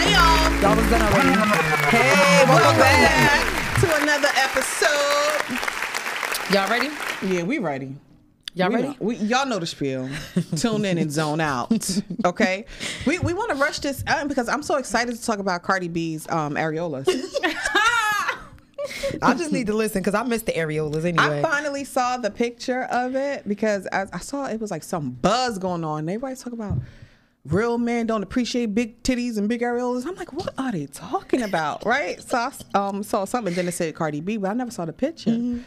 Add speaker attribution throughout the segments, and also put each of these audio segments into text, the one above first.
Speaker 1: That was gonna rain. Hey, welcome back.
Speaker 2: to another episode.
Speaker 1: Y'all ready?
Speaker 2: Yeah, we ready.
Speaker 1: Y'all
Speaker 2: We
Speaker 1: ready?
Speaker 2: know- we, y'all know the spiel. Tune in and zone out. Okay, we we want to rush this out because I'm so excited to talk about Cardi B's um, areolas.
Speaker 3: I just need to listen because I missed the areolas
Speaker 2: I
Speaker 3: anyway.
Speaker 2: finally saw the picture of it because I, I saw it was like some buzz going on. Everybody talk about real men don't appreciate big titties and big areolas. I'm like, what are they talking about, right? So I s- um saw something then it said Cardi B, but I never saw the picture.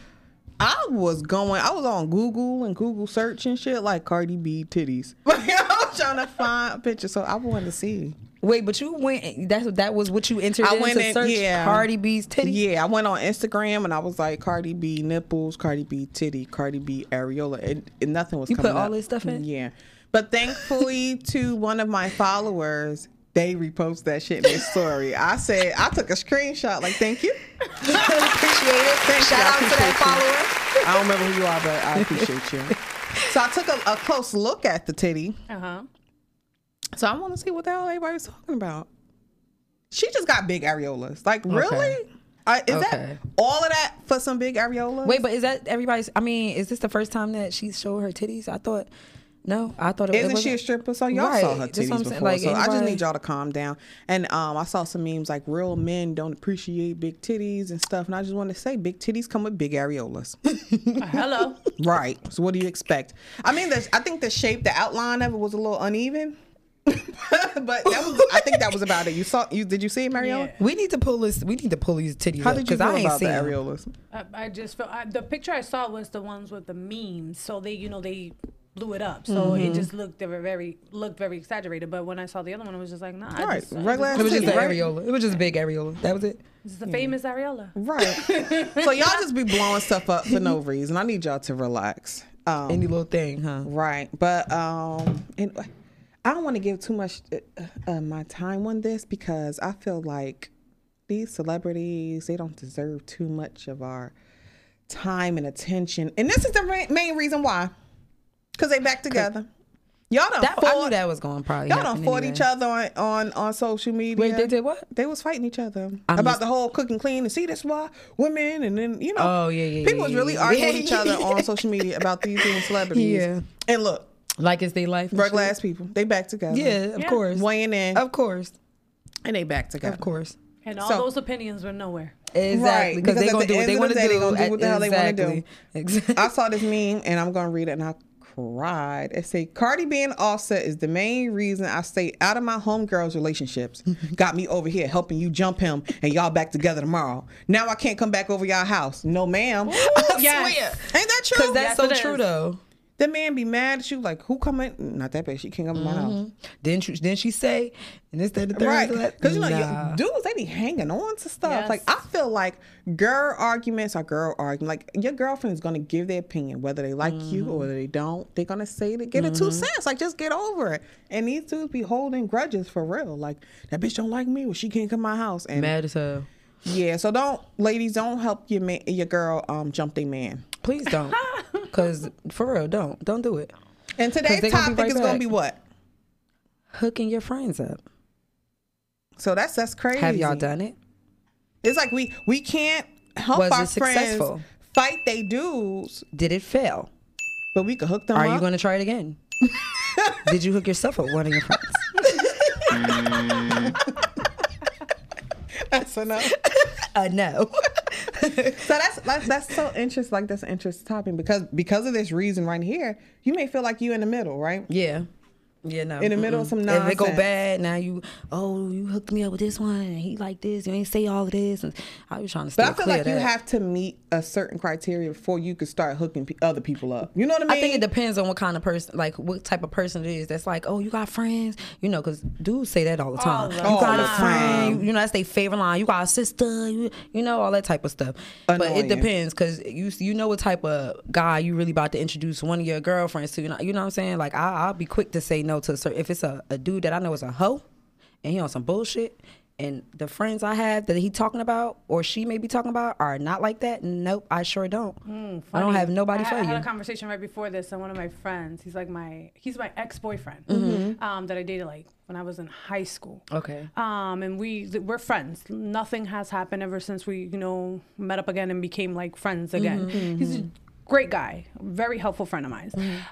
Speaker 2: I was going, I was on Google and Google search and shit like Cardi B titties. Like I was trying to find a picture, so I wanted to see.
Speaker 3: Wait, but you went. That's that was what you entered
Speaker 2: I
Speaker 3: in
Speaker 2: went
Speaker 3: to
Speaker 2: in-
Speaker 3: search
Speaker 2: yeah.
Speaker 3: Cardi B's titty.
Speaker 2: Yeah, I went on Instagram and I was like Cardi B nipples, Cardi B titty, Cardi B areola, and, and nothing was.
Speaker 3: You put
Speaker 2: coming
Speaker 3: all
Speaker 2: up.
Speaker 3: this stuff in?
Speaker 2: Yeah, but thankfully to one of my followers, they repost that shit in their story. I said I took a screenshot. Like, thank you.
Speaker 3: appreciate it.
Speaker 2: Thank
Speaker 3: Shout
Speaker 2: you. I
Speaker 3: out to that
Speaker 2: appreciate
Speaker 3: follower.
Speaker 2: I don't remember who you are, but I appreciate you. So I took a, a close look at the titty.
Speaker 1: Uh huh.
Speaker 2: So I want to see what the hell everybody was talking about. She just got big areolas. Like, really? Uh, is that
Speaker 3: Okay.
Speaker 2: all of that for some big areolas?
Speaker 3: Wait, but is that everybody's? I mean, is this the first time that she showed her titties? I thought, no, I thought it
Speaker 2: Isn't
Speaker 3: was.
Speaker 2: she a stripper? So y'all all saw her
Speaker 3: Right, that's what
Speaker 2: titties
Speaker 3: I'm saying,
Speaker 2: before.
Speaker 3: like,
Speaker 2: so I just
Speaker 3: anybody-
Speaker 2: need y'all to calm down. And um, I saw some memes like real men don't appreciate big titties and stuff. And I just want to say big titties come with big areolas.
Speaker 1: Hello.
Speaker 2: right. So what do you expect? I mean, the, I think the shape, the outline of it was a little uneven. but that was, I think that was about it. You saw you did you see it, Mariella?
Speaker 1: Yeah.
Speaker 3: We need to pull this. We need to pull these titties.
Speaker 2: How
Speaker 3: up,
Speaker 2: did you
Speaker 3: 'cause
Speaker 2: feel
Speaker 3: I ain't
Speaker 2: about the
Speaker 3: seen them.
Speaker 2: areolas?
Speaker 1: I, I just felt I, the picture I saw was the ones with the memes, so they you know they blew it up, so
Speaker 3: Mm-hmm.
Speaker 1: it just looked they were very looked very exaggerated. But when I saw the other one, I was just like, nah, I
Speaker 2: Right,
Speaker 1: just, I
Speaker 2: regular
Speaker 1: just-
Speaker 2: ass
Speaker 3: It was just
Speaker 2: titty,
Speaker 3: an
Speaker 2: right?
Speaker 3: areola. It was just a big areola. That was it.
Speaker 1: This is
Speaker 3: Mm.
Speaker 1: the famous areola.
Speaker 2: Right. so y'all just be blowing stuff up for no reason. I need y'all to relax. Um,
Speaker 3: Any little thing, huh?
Speaker 2: Right, but um, and I don't want to give too much uh, uh, my time on this because I feel like these celebrities they don't deserve too much of our time and attention, and this is the ra- main reason why, because they back together. Y'all don't
Speaker 3: That I knew
Speaker 2: fought.
Speaker 3: that was going probably.
Speaker 2: Y'all
Speaker 3: happen
Speaker 2: don't fought
Speaker 3: anyway.
Speaker 2: each other on, on on social media.
Speaker 3: Wait, they did what?
Speaker 2: They was fighting each other
Speaker 3: I'm
Speaker 2: about
Speaker 3: just-
Speaker 2: the whole cook and clean and see that's why women and then you know
Speaker 3: Oh, yeah, yeah,
Speaker 2: people
Speaker 3: yeah,
Speaker 2: was
Speaker 3: yeah,
Speaker 2: really
Speaker 3: yeah.
Speaker 2: arguing with each other on social media about these being celebrities.
Speaker 3: Yeah.
Speaker 2: And look,
Speaker 3: Like it's their life. and
Speaker 2: regular
Speaker 3: shit.
Speaker 2: ass people, they back together.
Speaker 3: Yeah, Oh, of
Speaker 1: Yeah.
Speaker 3: course.
Speaker 2: weighing in
Speaker 3: Of course.
Speaker 2: and they back together.
Speaker 3: Of course.
Speaker 1: And all
Speaker 2: So-
Speaker 1: those opinions were nowhere.
Speaker 3: Exactly. Because
Speaker 2: because at the
Speaker 3: they're gonna do
Speaker 2: end
Speaker 3: what they
Speaker 2: of
Speaker 3: want
Speaker 2: the
Speaker 3: to
Speaker 2: day,
Speaker 3: do.
Speaker 2: they gonna do what the hell they wanna do.
Speaker 3: Exactly.
Speaker 2: I saw this meme and I'm gonna read it and I cried. It say Cardi B and Offset is the main reason I stay out of my homegirls relationships. Got me over here helping you jump him and y'all back together tomorrow. Now I can't come back over y'all house. No ma'am. I
Speaker 1: yes.
Speaker 2: swear. Ain't that true?
Speaker 3: Because that's
Speaker 1: Yes,
Speaker 3: so
Speaker 1: it
Speaker 3: true
Speaker 1: is.
Speaker 3: though.
Speaker 2: the man be mad at you like who coming? Not that bad. She can't come to my
Speaker 3: Mm-hmm.
Speaker 2: house.
Speaker 3: Didn't you? Didn't she say? And this, that, and the third.
Speaker 2: Right.
Speaker 3: and that?
Speaker 2: Because you know, you-
Speaker 3: Nah.
Speaker 2: dudes, they be hanging on to stuff.
Speaker 1: Yes.
Speaker 2: Like, I feel like girl arguments are girl arguments. Like, your girlfriend is going to give their opinion, whether they like you
Speaker 3: Mm-hmm.
Speaker 2: or whether they don't. They're going to say it, get it two cents. Like, just get over it. And these dudes be holding grudges for real. Like, that bitch don't like me. Well, she can't come to my house. And
Speaker 3: mad as hell.
Speaker 2: yeah, so don't, ladies, don't help your man, your girl um, jump their man.
Speaker 3: Please don't. Because for real, don't don't do it.
Speaker 2: And today's
Speaker 3: they gonna be
Speaker 2: topic
Speaker 3: right
Speaker 2: is going to
Speaker 3: back.
Speaker 2: be what?
Speaker 3: Hooking your friends up.
Speaker 2: So that's that's crazy.
Speaker 3: Have y'all done it?
Speaker 2: It's like we we can't help
Speaker 3: Was
Speaker 2: our
Speaker 3: it
Speaker 2: friends
Speaker 3: successful?
Speaker 2: fight they dudes,
Speaker 3: Did it fail?
Speaker 2: but we could hook them
Speaker 3: Are
Speaker 2: up.
Speaker 3: you going to try it again? Did you hook yourself up with one of your friends?
Speaker 2: That's enough.
Speaker 3: Uh, no.
Speaker 2: So that's that's, that's so interesting. Like that's an interesting topic because because of this reason right here, you may feel like you in the middle, right?
Speaker 3: yeah. Yeah, no.
Speaker 2: In the middle of some
Speaker 3: If it go
Speaker 2: nonsense.
Speaker 3: bad, now you, oh, you hooked me up with this one, and he like this, you ain't say all of this. And I was trying to stay
Speaker 2: But I feel
Speaker 3: clear
Speaker 2: like
Speaker 3: of
Speaker 2: you
Speaker 3: that.
Speaker 2: have to meet a certain criteria before you could start hooking pe- other people up. You know what I mean?
Speaker 3: I think it depends on what kind of person, like what type of person it is. That's like, oh, you got friends, you know, because dudes say that all the time.
Speaker 1: the
Speaker 3: you
Speaker 2: All
Speaker 3: got
Speaker 2: the
Speaker 3: a
Speaker 2: time.
Speaker 3: friend, you, you know, that's their favorite line. You got a sister, you, you know, all that type of stuff. But
Speaker 2: Annoying.
Speaker 3: it depends because you you know what type of guy you really about to introduce one of your girlfriends to. You know, you know what I'm saying? Like I, I'll be quick to say no to a certain if it's a, a dude that I know is a hoe and he on some bullshit. And the friends I have that he talking about or she may be talking about are not like that. Nope, I sure don't. I don't
Speaker 1: Hmm, funny.
Speaker 3: have nobody
Speaker 1: I
Speaker 3: for
Speaker 1: had, I had a
Speaker 3: you.
Speaker 1: conversation right before this, and one of my friends, he's like my he's my ex boyfriend
Speaker 3: Mm-hmm.
Speaker 1: um, that I dated like when I was in high school.
Speaker 3: Okay.
Speaker 1: Um, and we th- we're friends. Nothing has happened ever since we you know met up again and became like friends again. He's a great guy, very helpful friend of mine.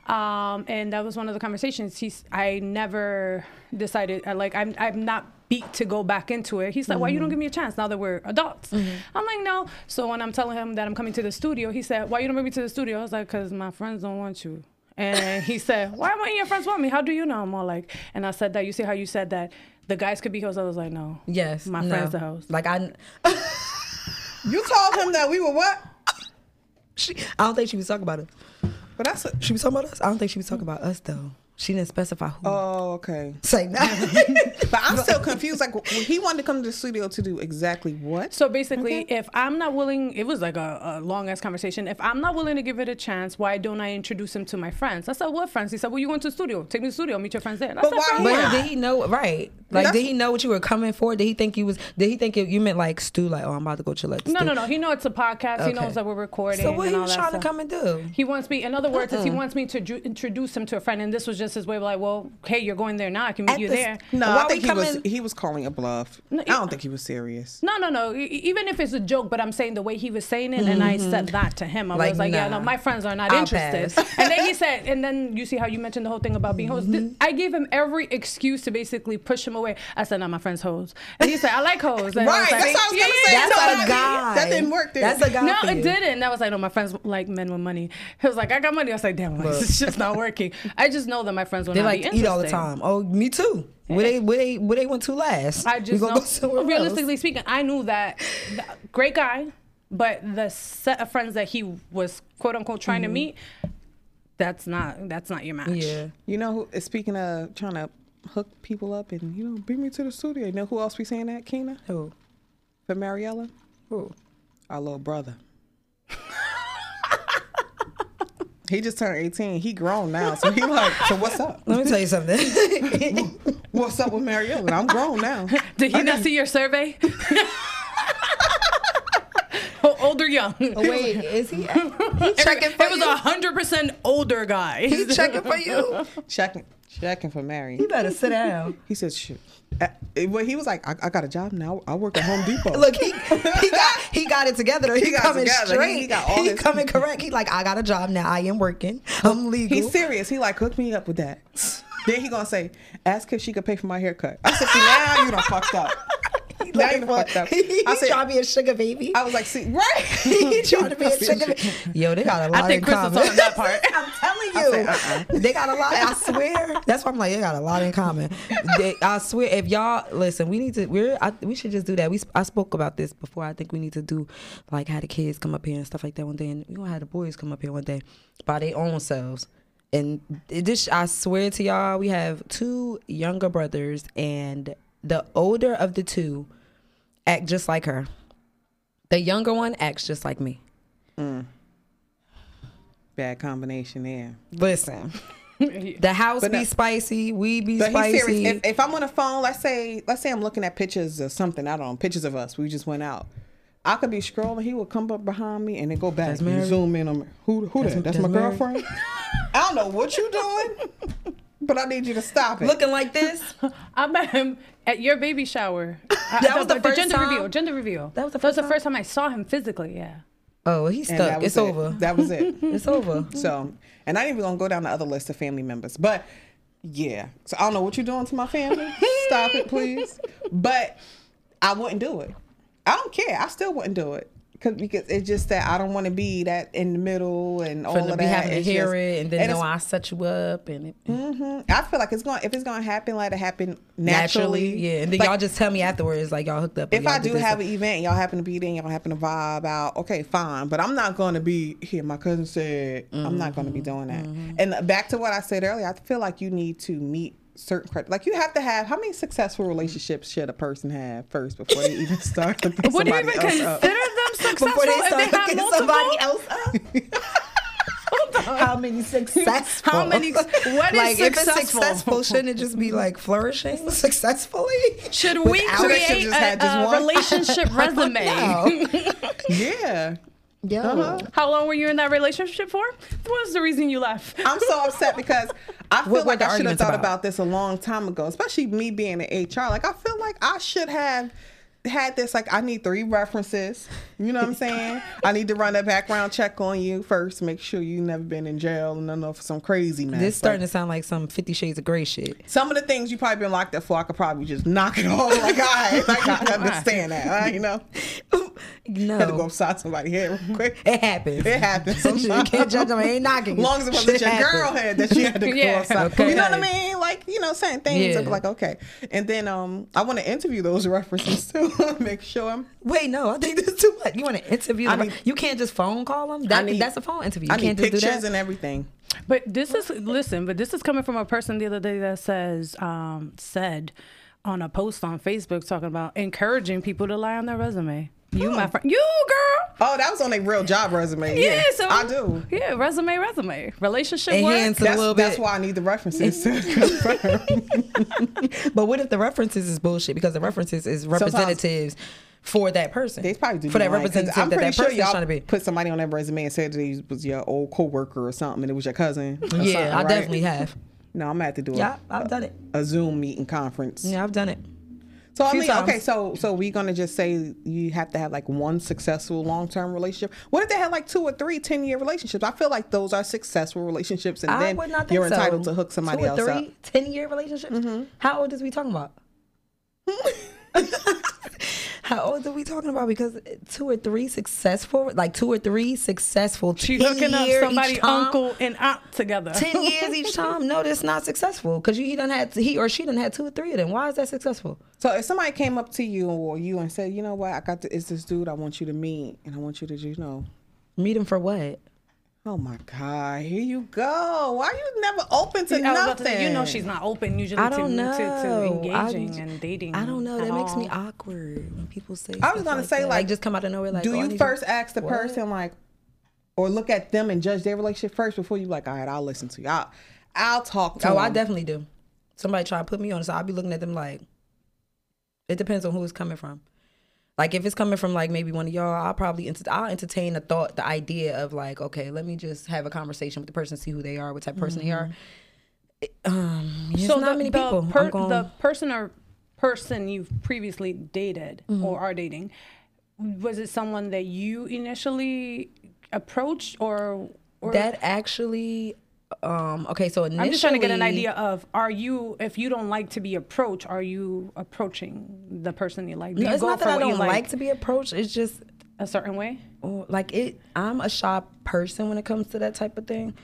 Speaker 1: Um, and that was one of the conversations. He's I never decided I like I'm I'm not beat to go back into it. He's like, why you don't give me a chance now that we're adults? I'm like, no. So when I'm telling him that I'm coming to the studio, he said, why you don't bring me to the studio? I was like, because my friends don't want you. And he said, why wouldn't your friends want me? How do you know? I'm all like, and I said that. You see how you said that the guys could be hoes? I was like, no.
Speaker 3: Yes.
Speaker 1: My
Speaker 3: no.
Speaker 1: friend's the host.
Speaker 3: Like I,
Speaker 2: You told him that we were what?
Speaker 3: she, I don't think she was talking about us.
Speaker 2: But that's a,
Speaker 3: She was talking about us. I don't think she was talking about us though. She didn't specify who.
Speaker 2: oh okay.
Speaker 3: Say that.
Speaker 2: But I'm still confused. Like w- he wanted to come to the studio to do exactly what?
Speaker 1: So basically, if I'm not willing, it was like a, a long ass conversation. If I'm not willing to give it a chance, why don't I introduce him to my friends? I said, what friends? He said, well, you going to the studio. Take me to the studio. Meet your friends there. And I
Speaker 2: But
Speaker 1: said,
Speaker 2: why-
Speaker 1: "Friends."
Speaker 3: But
Speaker 2: Yeah.
Speaker 3: did he know right? Like,
Speaker 2: That's-
Speaker 3: did he know what you were coming for? Did he think you was? Did he think you, you meant like Stu? Like, oh, I'm about to go chill at the
Speaker 1: No,
Speaker 3: Stu.
Speaker 1: no, no. He knows it's a podcast. He
Speaker 3: Okay.
Speaker 1: knows that we're recording.
Speaker 3: So what
Speaker 1: and
Speaker 3: he
Speaker 1: all
Speaker 3: was
Speaker 1: that
Speaker 3: trying
Speaker 1: stuff.
Speaker 3: to come Uh-uh. and do?
Speaker 1: He wants me. In other words, is he wants me to ju- introduce him to a friend, and this was just his way of like, well, hey, you're going there now. I can meet
Speaker 3: At
Speaker 1: you
Speaker 3: the
Speaker 1: there.
Speaker 3: s-
Speaker 2: No,
Speaker 3: Why
Speaker 2: I think
Speaker 3: we
Speaker 2: he was
Speaker 3: coming-
Speaker 2: he was calling a bluff. I
Speaker 1: yeah.
Speaker 2: don't think he was serious.
Speaker 1: No, no, no. E- e- Even if it's a joke, but I'm saying the way he was saying it, and I said that to him. I
Speaker 3: Mm-hmm. Like,
Speaker 1: was like, yeah,
Speaker 3: nah.
Speaker 1: no, my friends are not
Speaker 3: I'll
Speaker 1: interested.
Speaker 3: pass.
Speaker 1: and then he said, and then you see how you mentioned the whole thing about being hoes.
Speaker 3: Mm-hmm.
Speaker 1: Th- I gave him every excuse to basically push him away. I said, no, my friend's hoes. And he said, I like hoes. And I
Speaker 2: Right,
Speaker 1: was
Speaker 2: that's
Speaker 1: like,
Speaker 2: what I was gonna
Speaker 1: "Yeah,
Speaker 2: say.
Speaker 1: yeah,
Speaker 2: No,
Speaker 3: That's
Speaker 1: yeah."
Speaker 2: I
Speaker 3: a
Speaker 2: mean,
Speaker 3: guy.
Speaker 2: that didn't work there.
Speaker 3: That's a guy.
Speaker 1: No,
Speaker 3: for you.
Speaker 1: it didn't. That was like, no, my friends like men with money. He was like, I got money. I was like, damn, it's just not working. I just know that my friends will
Speaker 3: They
Speaker 1: not
Speaker 3: like
Speaker 1: be
Speaker 3: to
Speaker 1: interested.
Speaker 3: eat all the time. Oh, me too. Where they where they where they went to last?
Speaker 1: I
Speaker 3: We
Speaker 1: just
Speaker 3: gonna
Speaker 1: know,
Speaker 3: go somewhere else.
Speaker 1: realistically speaking, I knew that, that great guy, but the set of friends that he was quote unquote trying to meet, that's not that's not your match.
Speaker 3: Mm-hmm. Yeah.
Speaker 2: You know, who is speaking of trying to hook people up and you know bring me to the studio. You know who else we saying that? Kena
Speaker 3: Who?
Speaker 2: for Mariella,
Speaker 3: Who?
Speaker 2: our little brother. he just turned eighteen. He grown now, so he like. So what's up?
Speaker 3: Let me tell you something.
Speaker 2: What's up with Mariella? I'm grown now.
Speaker 1: Did he not see your survey? O- Old or young?
Speaker 3: Wait, is he? He checking for
Speaker 1: It was
Speaker 3: you?
Speaker 1: a hundred percent older guy.
Speaker 3: He checking for you.
Speaker 2: Checking, checking for Mary.
Speaker 3: You better sit down.
Speaker 2: He said, "Shoot." Uh, Well, he was like, I, "I got a job now. I work at Home Depot."
Speaker 3: Look, he he got he got it together. though. He,
Speaker 2: got it
Speaker 3: coming
Speaker 2: together. He-
Speaker 3: straight.
Speaker 2: he got all
Speaker 3: he
Speaker 2: his-
Speaker 3: coming correct. He like I got a job now. I am working. I'm legal.
Speaker 2: He's serious. He like hook me up with that. then he gonna say, ask if she could pay for my haircut. I said, see now you done fucked up.
Speaker 3: He
Speaker 2: now you
Speaker 3: like,
Speaker 2: done
Speaker 3: what?
Speaker 2: fucked up.
Speaker 3: He, he
Speaker 2: I said,
Speaker 3: trying to be a sugar baby.
Speaker 2: I was like, see, right?
Speaker 3: he trying to be a sugar baby. Yo, they got a lot
Speaker 1: I think
Speaker 3: in
Speaker 1: Chris
Speaker 3: common.
Speaker 1: was on that part.
Speaker 3: I'm telling you, they got a lot. I swear, that's why I'm like, they got a lot in common. They, I swear, if y'all listen, we need to. We're I, we should just do that. We sp- I spoke about this before. I think we need to do like how the kids come up here and stuff like that one day, and we gonna have the boys come up here one day by their own selves. And it this, I swear to y'all, we have two younger brothers, and the older of the two act just like her. The younger one acts just like me.
Speaker 2: Bad combination there.
Speaker 3: Listen. The house
Speaker 2: But
Speaker 3: be
Speaker 2: no-
Speaker 3: spicy, we be
Speaker 2: But he's
Speaker 3: spicy.
Speaker 2: serious. If, if I'm on the phone, let's say, let's say I'm looking at pictures of something. I don't know, pictures of us. We just went out. I could be scrolling. He would come up behind me and then go back
Speaker 3: That's
Speaker 2: and
Speaker 3: Mary.
Speaker 2: zoom in on me. Who? Who? That's, that? that's,
Speaker 3: that's
Speaker 2: my
Speaker 3: Mary.
Speaker 2: girlfriend. I don't know what you doing, but I need you to stop it.
Speaker 3: Looking like this,
Speaker 1: I met him at your baby shower. that
Speaker 3: was the first
Speaker 1: gender
Speaker 3: time?
Speaker 1: reveal. Gender reveal.
Speaker 3: That was the
Speaker 1: that was
Speaker 3: first
Speaker 1: the
Speaker 3: time?
Speaker 1: first time I saw him physically. Yeah.
Speaker 3: oh, he's
Speaker 2: And
Speaker 3: stuck.
Speaker 2: that was
Speaker 3: It's
Speaker 2: it.
Speaker 3: over.
Speaker 2: That was it.
Speaker 3: It's over.
Speaker 2: So, and I ain't even gonna go down the other list of family members, but yeah. So I don't know what you're doing to my family. Stop it, please. But I wouldn't do it. I don't care. I still wouldn't do it 'Cause- because it's just that I don't want to be that in the middle and all
Speaker 3: For
Speaker 2: of
Speaker 3: them
Speaker 2: that.
Speaker 3: be having to
Speaker 2: It's
Speaker 3: hear
Speaker 2: just-
Speaker 3: it and then know
Speaker 2: it's-
Speaker 3: I set you up and it,
Speaker 2: mhm. I feel like it's going. to If it's going to happen, let it happen
Speaker 3: naturally,
Speaker 2: naturally.
Speaker 3: yeah. And then
Speaker 2: Like,
Speaker 3: y'all just tell me afterwards, like y'all hooked up. and
Speaker 2: if
Speaker 3: y'all
Speaker 2: I
Speaker 3: did
Speaker 2: do
Speaker 3: this
Speaker 2: have
Speaker 3: and-
Speaker 2: an event, and y'all happen to be there, and y'all happen to vibe out. Okay, fine, but I'm not going to be here. My cousin said I'm not going to be doing that. And back to what I said earlier, I feel like you need to meet certain cri- like you have to have how many successful relationships should a person have first before they even start to pick
Speaker 1: Would you
Speaker 2: somebody
Speaker 1: even
Speaker 2: else
Speaker 1: consider
Speaker 2: up?
Speaker 1: them successful
Speaker 3: before they
Speaker 1: if
Speaker 3: start
Speaker 1: they had
Speaker 3: hooking
Speaker 1: multiple?
Speaker 3: somebody else up,
Speaker 1: Hold
Speaker 3: how many successful?
Speaker 1: How many- what is
Speaker 3: like, If it's
Speaker 1: successful?
Speaker 3: successful, shouldn't it just be like flourishing successfully?
Speaker 1: Should we
Speaker 3: Without-
Speaker 1: create
Speaker 2: just had
Speaker 1: a,
Speaker 2: this
Speaker 1: a
Speaker 2: one.
Speaker 1: relationship resume?
Speaker 3: No.
Speaker 2: Yeah.
Speaker 3: Yo.
Speaker 2: Uh-huh.
Speaker 1: How long were you in that relationship for? What was the reason you left?
Speaker 2: I'm so upset because I feel
Speaker 3: What were
Speaker 2: like I
Speaker 3: the
Speaker 2: should have
Speaker 3: arguments
Speaker 2: thought
Speaker 3: about?
Speaker 2: about? this a long time ago, especially me being an HR. Like I feel like I should have had this like I need three references. You know what I'm saying? I need to run a background check on you first, make sure you never been in jail and none of some crazy mess.
Speaker 3: This
Speaker 2: Like,
Speaker 3: starting to sound like some Fifty Shades of Grey shit.
Speaker 2: some of the things you probably been locked up for, I could probably just knock it off. Like, all right, like, I understand that. all right, you know, had to go
Speaker 3: No,
Speaker 2: upside somebody's head real quick.
Speaker 3: it happens.
Speaker 2: It happens.
Speaker 3: Some shit you can't judge them. I ain't knocking.
Speaker 2: As long as it wasn't
Speaker 3: Shit
Speaker 2: your
Speaker 3: happens.
Speaker 2: girl head that you had to go
Speaker 1: Yeah.
Speaker 2: outside.
Speaker 3: Okay.
Speaker 2: You know what I mean? Like, you know, certain things.
Speaker 3: Yeah.
Speaker 2: I'm like, okay. And then um, I want to interview those references too. Make sure I'm.
Speaker 3: Wait, no, I think this is too much. You want to interview
Speaker 2: I
Speaker 3: them?
Speaker 2: need-
Speaker 3: you can't just phone call them. That,
Speaker 2: need-
Speaker 3: that's a phone interview. You
Speaker 2: I need
Speaker 3: can't just do that.
Speaker 2: pictures and everything.
Speaker 1: But this is listen, but this is coming from a person the other day that says um said on a post on Facebook talking about encouraging people to lie on their resume. You my friend. You girl.
Speaker 2: Oh, that was on a real job resume. Hmm. Yeah,
Speaker 1: Yeah, so
Speaker 2: I do.
Speaker 1: Yeah, resume, resume. Relationship work.
Speaker 3: Enhance it a
Speaker 2: That's,
Speaker 3: little
Speaker 2: that's
Speaker 3: bit.
Speaker 2: why I need the references to confirm.
Speaker 3: But what if the references is bullshit? Because the references is representatives for that person.
Speaker 2: They probably do
Speaker 3: for
Speaker 2: be
Speaker 3: that
Speaker 2: lying, 'cause
Speaker 3: representative
Speaker 2: I'm
Speaker 3: that
Speaker 2: pretty
Speaker 3: that
Speaker 2: sure
Speaker 3: person's
Speaker 2: y'all
Speaker 3: trying to be.
Speaker 2: Put somebody on that resume and said that he was your old coworker or something, and it was your cousin. or something,
Speaker 3: Yeah, I
Speaker 2: right?
Speaker 3: definitely have.
Speaker 2: No, I'm gonna have to do
Speaker 3: Yeah,
Speaker 2: a,
Speaker 3: I've done it.
Speaker 2: a Zoom meeting conference.
Speaker 3: Yeah, I've done it.
Speaker 2: So I
Speaker 3: Few
Speaker 2: mean,
Speaker 3: times.
Speaker 2: okay, so so we gonna just say you have to have like one successful long term relationship. What if they had like two or three 10 year relationships? I feel like those are successful relationships, and
Speaker 3: I
Speaker 2: then
Speaker 3: would not think
Speaker 2: you're
Speaker 3: so.
Speaker 2: entitled to hook somebody
Speaker 3: Two or
Speaker 2: else
Speaker 3: three,
Speaker 2: up. Mm-hmm.
Speaker 3: Ten year relationships. How old is we talking about? How old are we talking about? Because two or three successful, like two or three successful.
Speaker 1: She
Speaker 3: 10
Speaker 1: hooking up
Speaker 3: year each
Speaker 1: somebody,
Speaker 3: time.
Speaker 1: uncle, and aunt together.
Speaker 3: 10 years each time no that's not successful because you he done had he or she done had two or three of them why is that successful
Speaker 2: So if somebody came up to you or you and said, you know what, I got to, it's this dude I want you to meet, and I want you to, you know,
Speaker 3: meet him for what
Speaker 2: oh my god, here you go. Why you never open to
Speaker 1: I was about to
Speaker 2: nothing?
Speaker 1: say, you know she's not open usually
Speaker 3: i don't
Speaker 1: to,
Speaker 3: know
Speaker 1: to, to engaging
Speaker 3: I,
Speaker 1: and dating.
Speaker 3: i don't know
Speaker 1: at
Speaker 3: that makes me
Speaker 1: all.
Speaker 3: awkward when people say
Speaker 2: I was
Speaker 3: stuff
Speaker 2: gonna say,
Speaker 3: that.
Speaker 2: like,
Speaker 3: just come out of nowhere like
Speaker 2: Do
Speaker 3: oh, I
Speaker 2: you
Speaker 3: need
Speaker 2: first ask the
Speaker 3: What?
Speaker 2: person like, or look at them and judge their relationship first before you like, all right, I'll listen to you. I'll, I'll talk to
Speaker 3: oh i
Speaker 2: them."
Speaker 3: definitely do somebody try to put me on so i'll be looking at them like it depends on who it's coming from like if it's coming from like maybe one of y'all i'll probably ent- i'll entertain the thought the idea of like okay let me just have a conversation with the person see who they are what type of person they are It- um, it's
Speaker 1: Mm-hmm. so
Speaker 3: not
Speaker 1: the,
Speaker 3: many
Speaker 1: the
Speaker 3: people I'm
Speaker 1: per-
Speaker 3: gonna-
Speaker 1: the person or person you've previously dated
Speaker 3: Mm-hmm.
Speaker 1: or are dating, was it someone that you initially approached or or
Speaker 3: that actually um okay so initially
Speaker 1: I'm just trying to get an idea of are you if you don't like to be approached, are you approaching the person you like? Do
Speaker 3: No,
Speaker 1: you
Speaker 3: it's not
Speaker 1: for
Speaker 3: that I
Speaker 1: what you
Speaker 3: don't like. to be approached. It's just
Speaker 1: a certain way?
Speaker 3: oh, like it. I'm a shy person when it comes to that type of thing.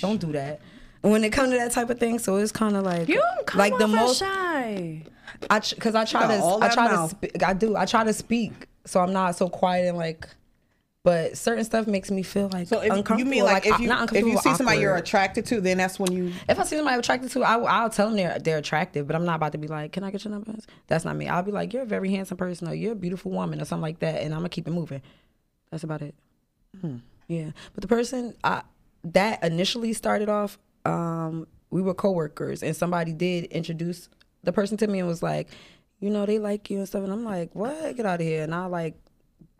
Speaker 3: Don't do that. When it comes to that type of thing, so it's kind of like
Speaker 1: You don't come
Speaker 3: like the most
Speaker 1: off as shy.
Speaker 3: I because I try
Speaker 2: got
Speaker 3: to
Speaker 2: all
Speaker 3: I
Speaker 2: that
Speaker 3: try
Speaker 2: mouth.
Speaker 3: to sp- I do I try to speak so I'm not so quiet and like. But certain stuff makes me feel like
Speaker 2: So if
Speaker 3: uncomfortable.
Speaker 2: you mean like,
Speaker 3: uh,
Speaker 2: if you
Speaker 3: not
Speaker 2: if
Speaker 3: uncomfortable,
Speaker 2: you see somebody you're
Speaker 3: awkward.
Speaker 2: attracted to, then that's when you.
Speaker 3: If I see somebody I'm attracted to, I, will- I'll tell them they're they're attractive, but I'm not about to be like, "Can I get your number?" That's not me. I'll be like, "You're a very handsome person," or "You're a beautiful woman," or something like that, and I'm gonna keep it moving. That's about it.
Speaker 1: Hmm.
Speaker 3: Yeah, but the person I, that initially started off, um, we were coworkers, and somebody did introduce the person to me and was like, "You know, they like you and stuff," and I'm like, "What? Get out of here!" And I like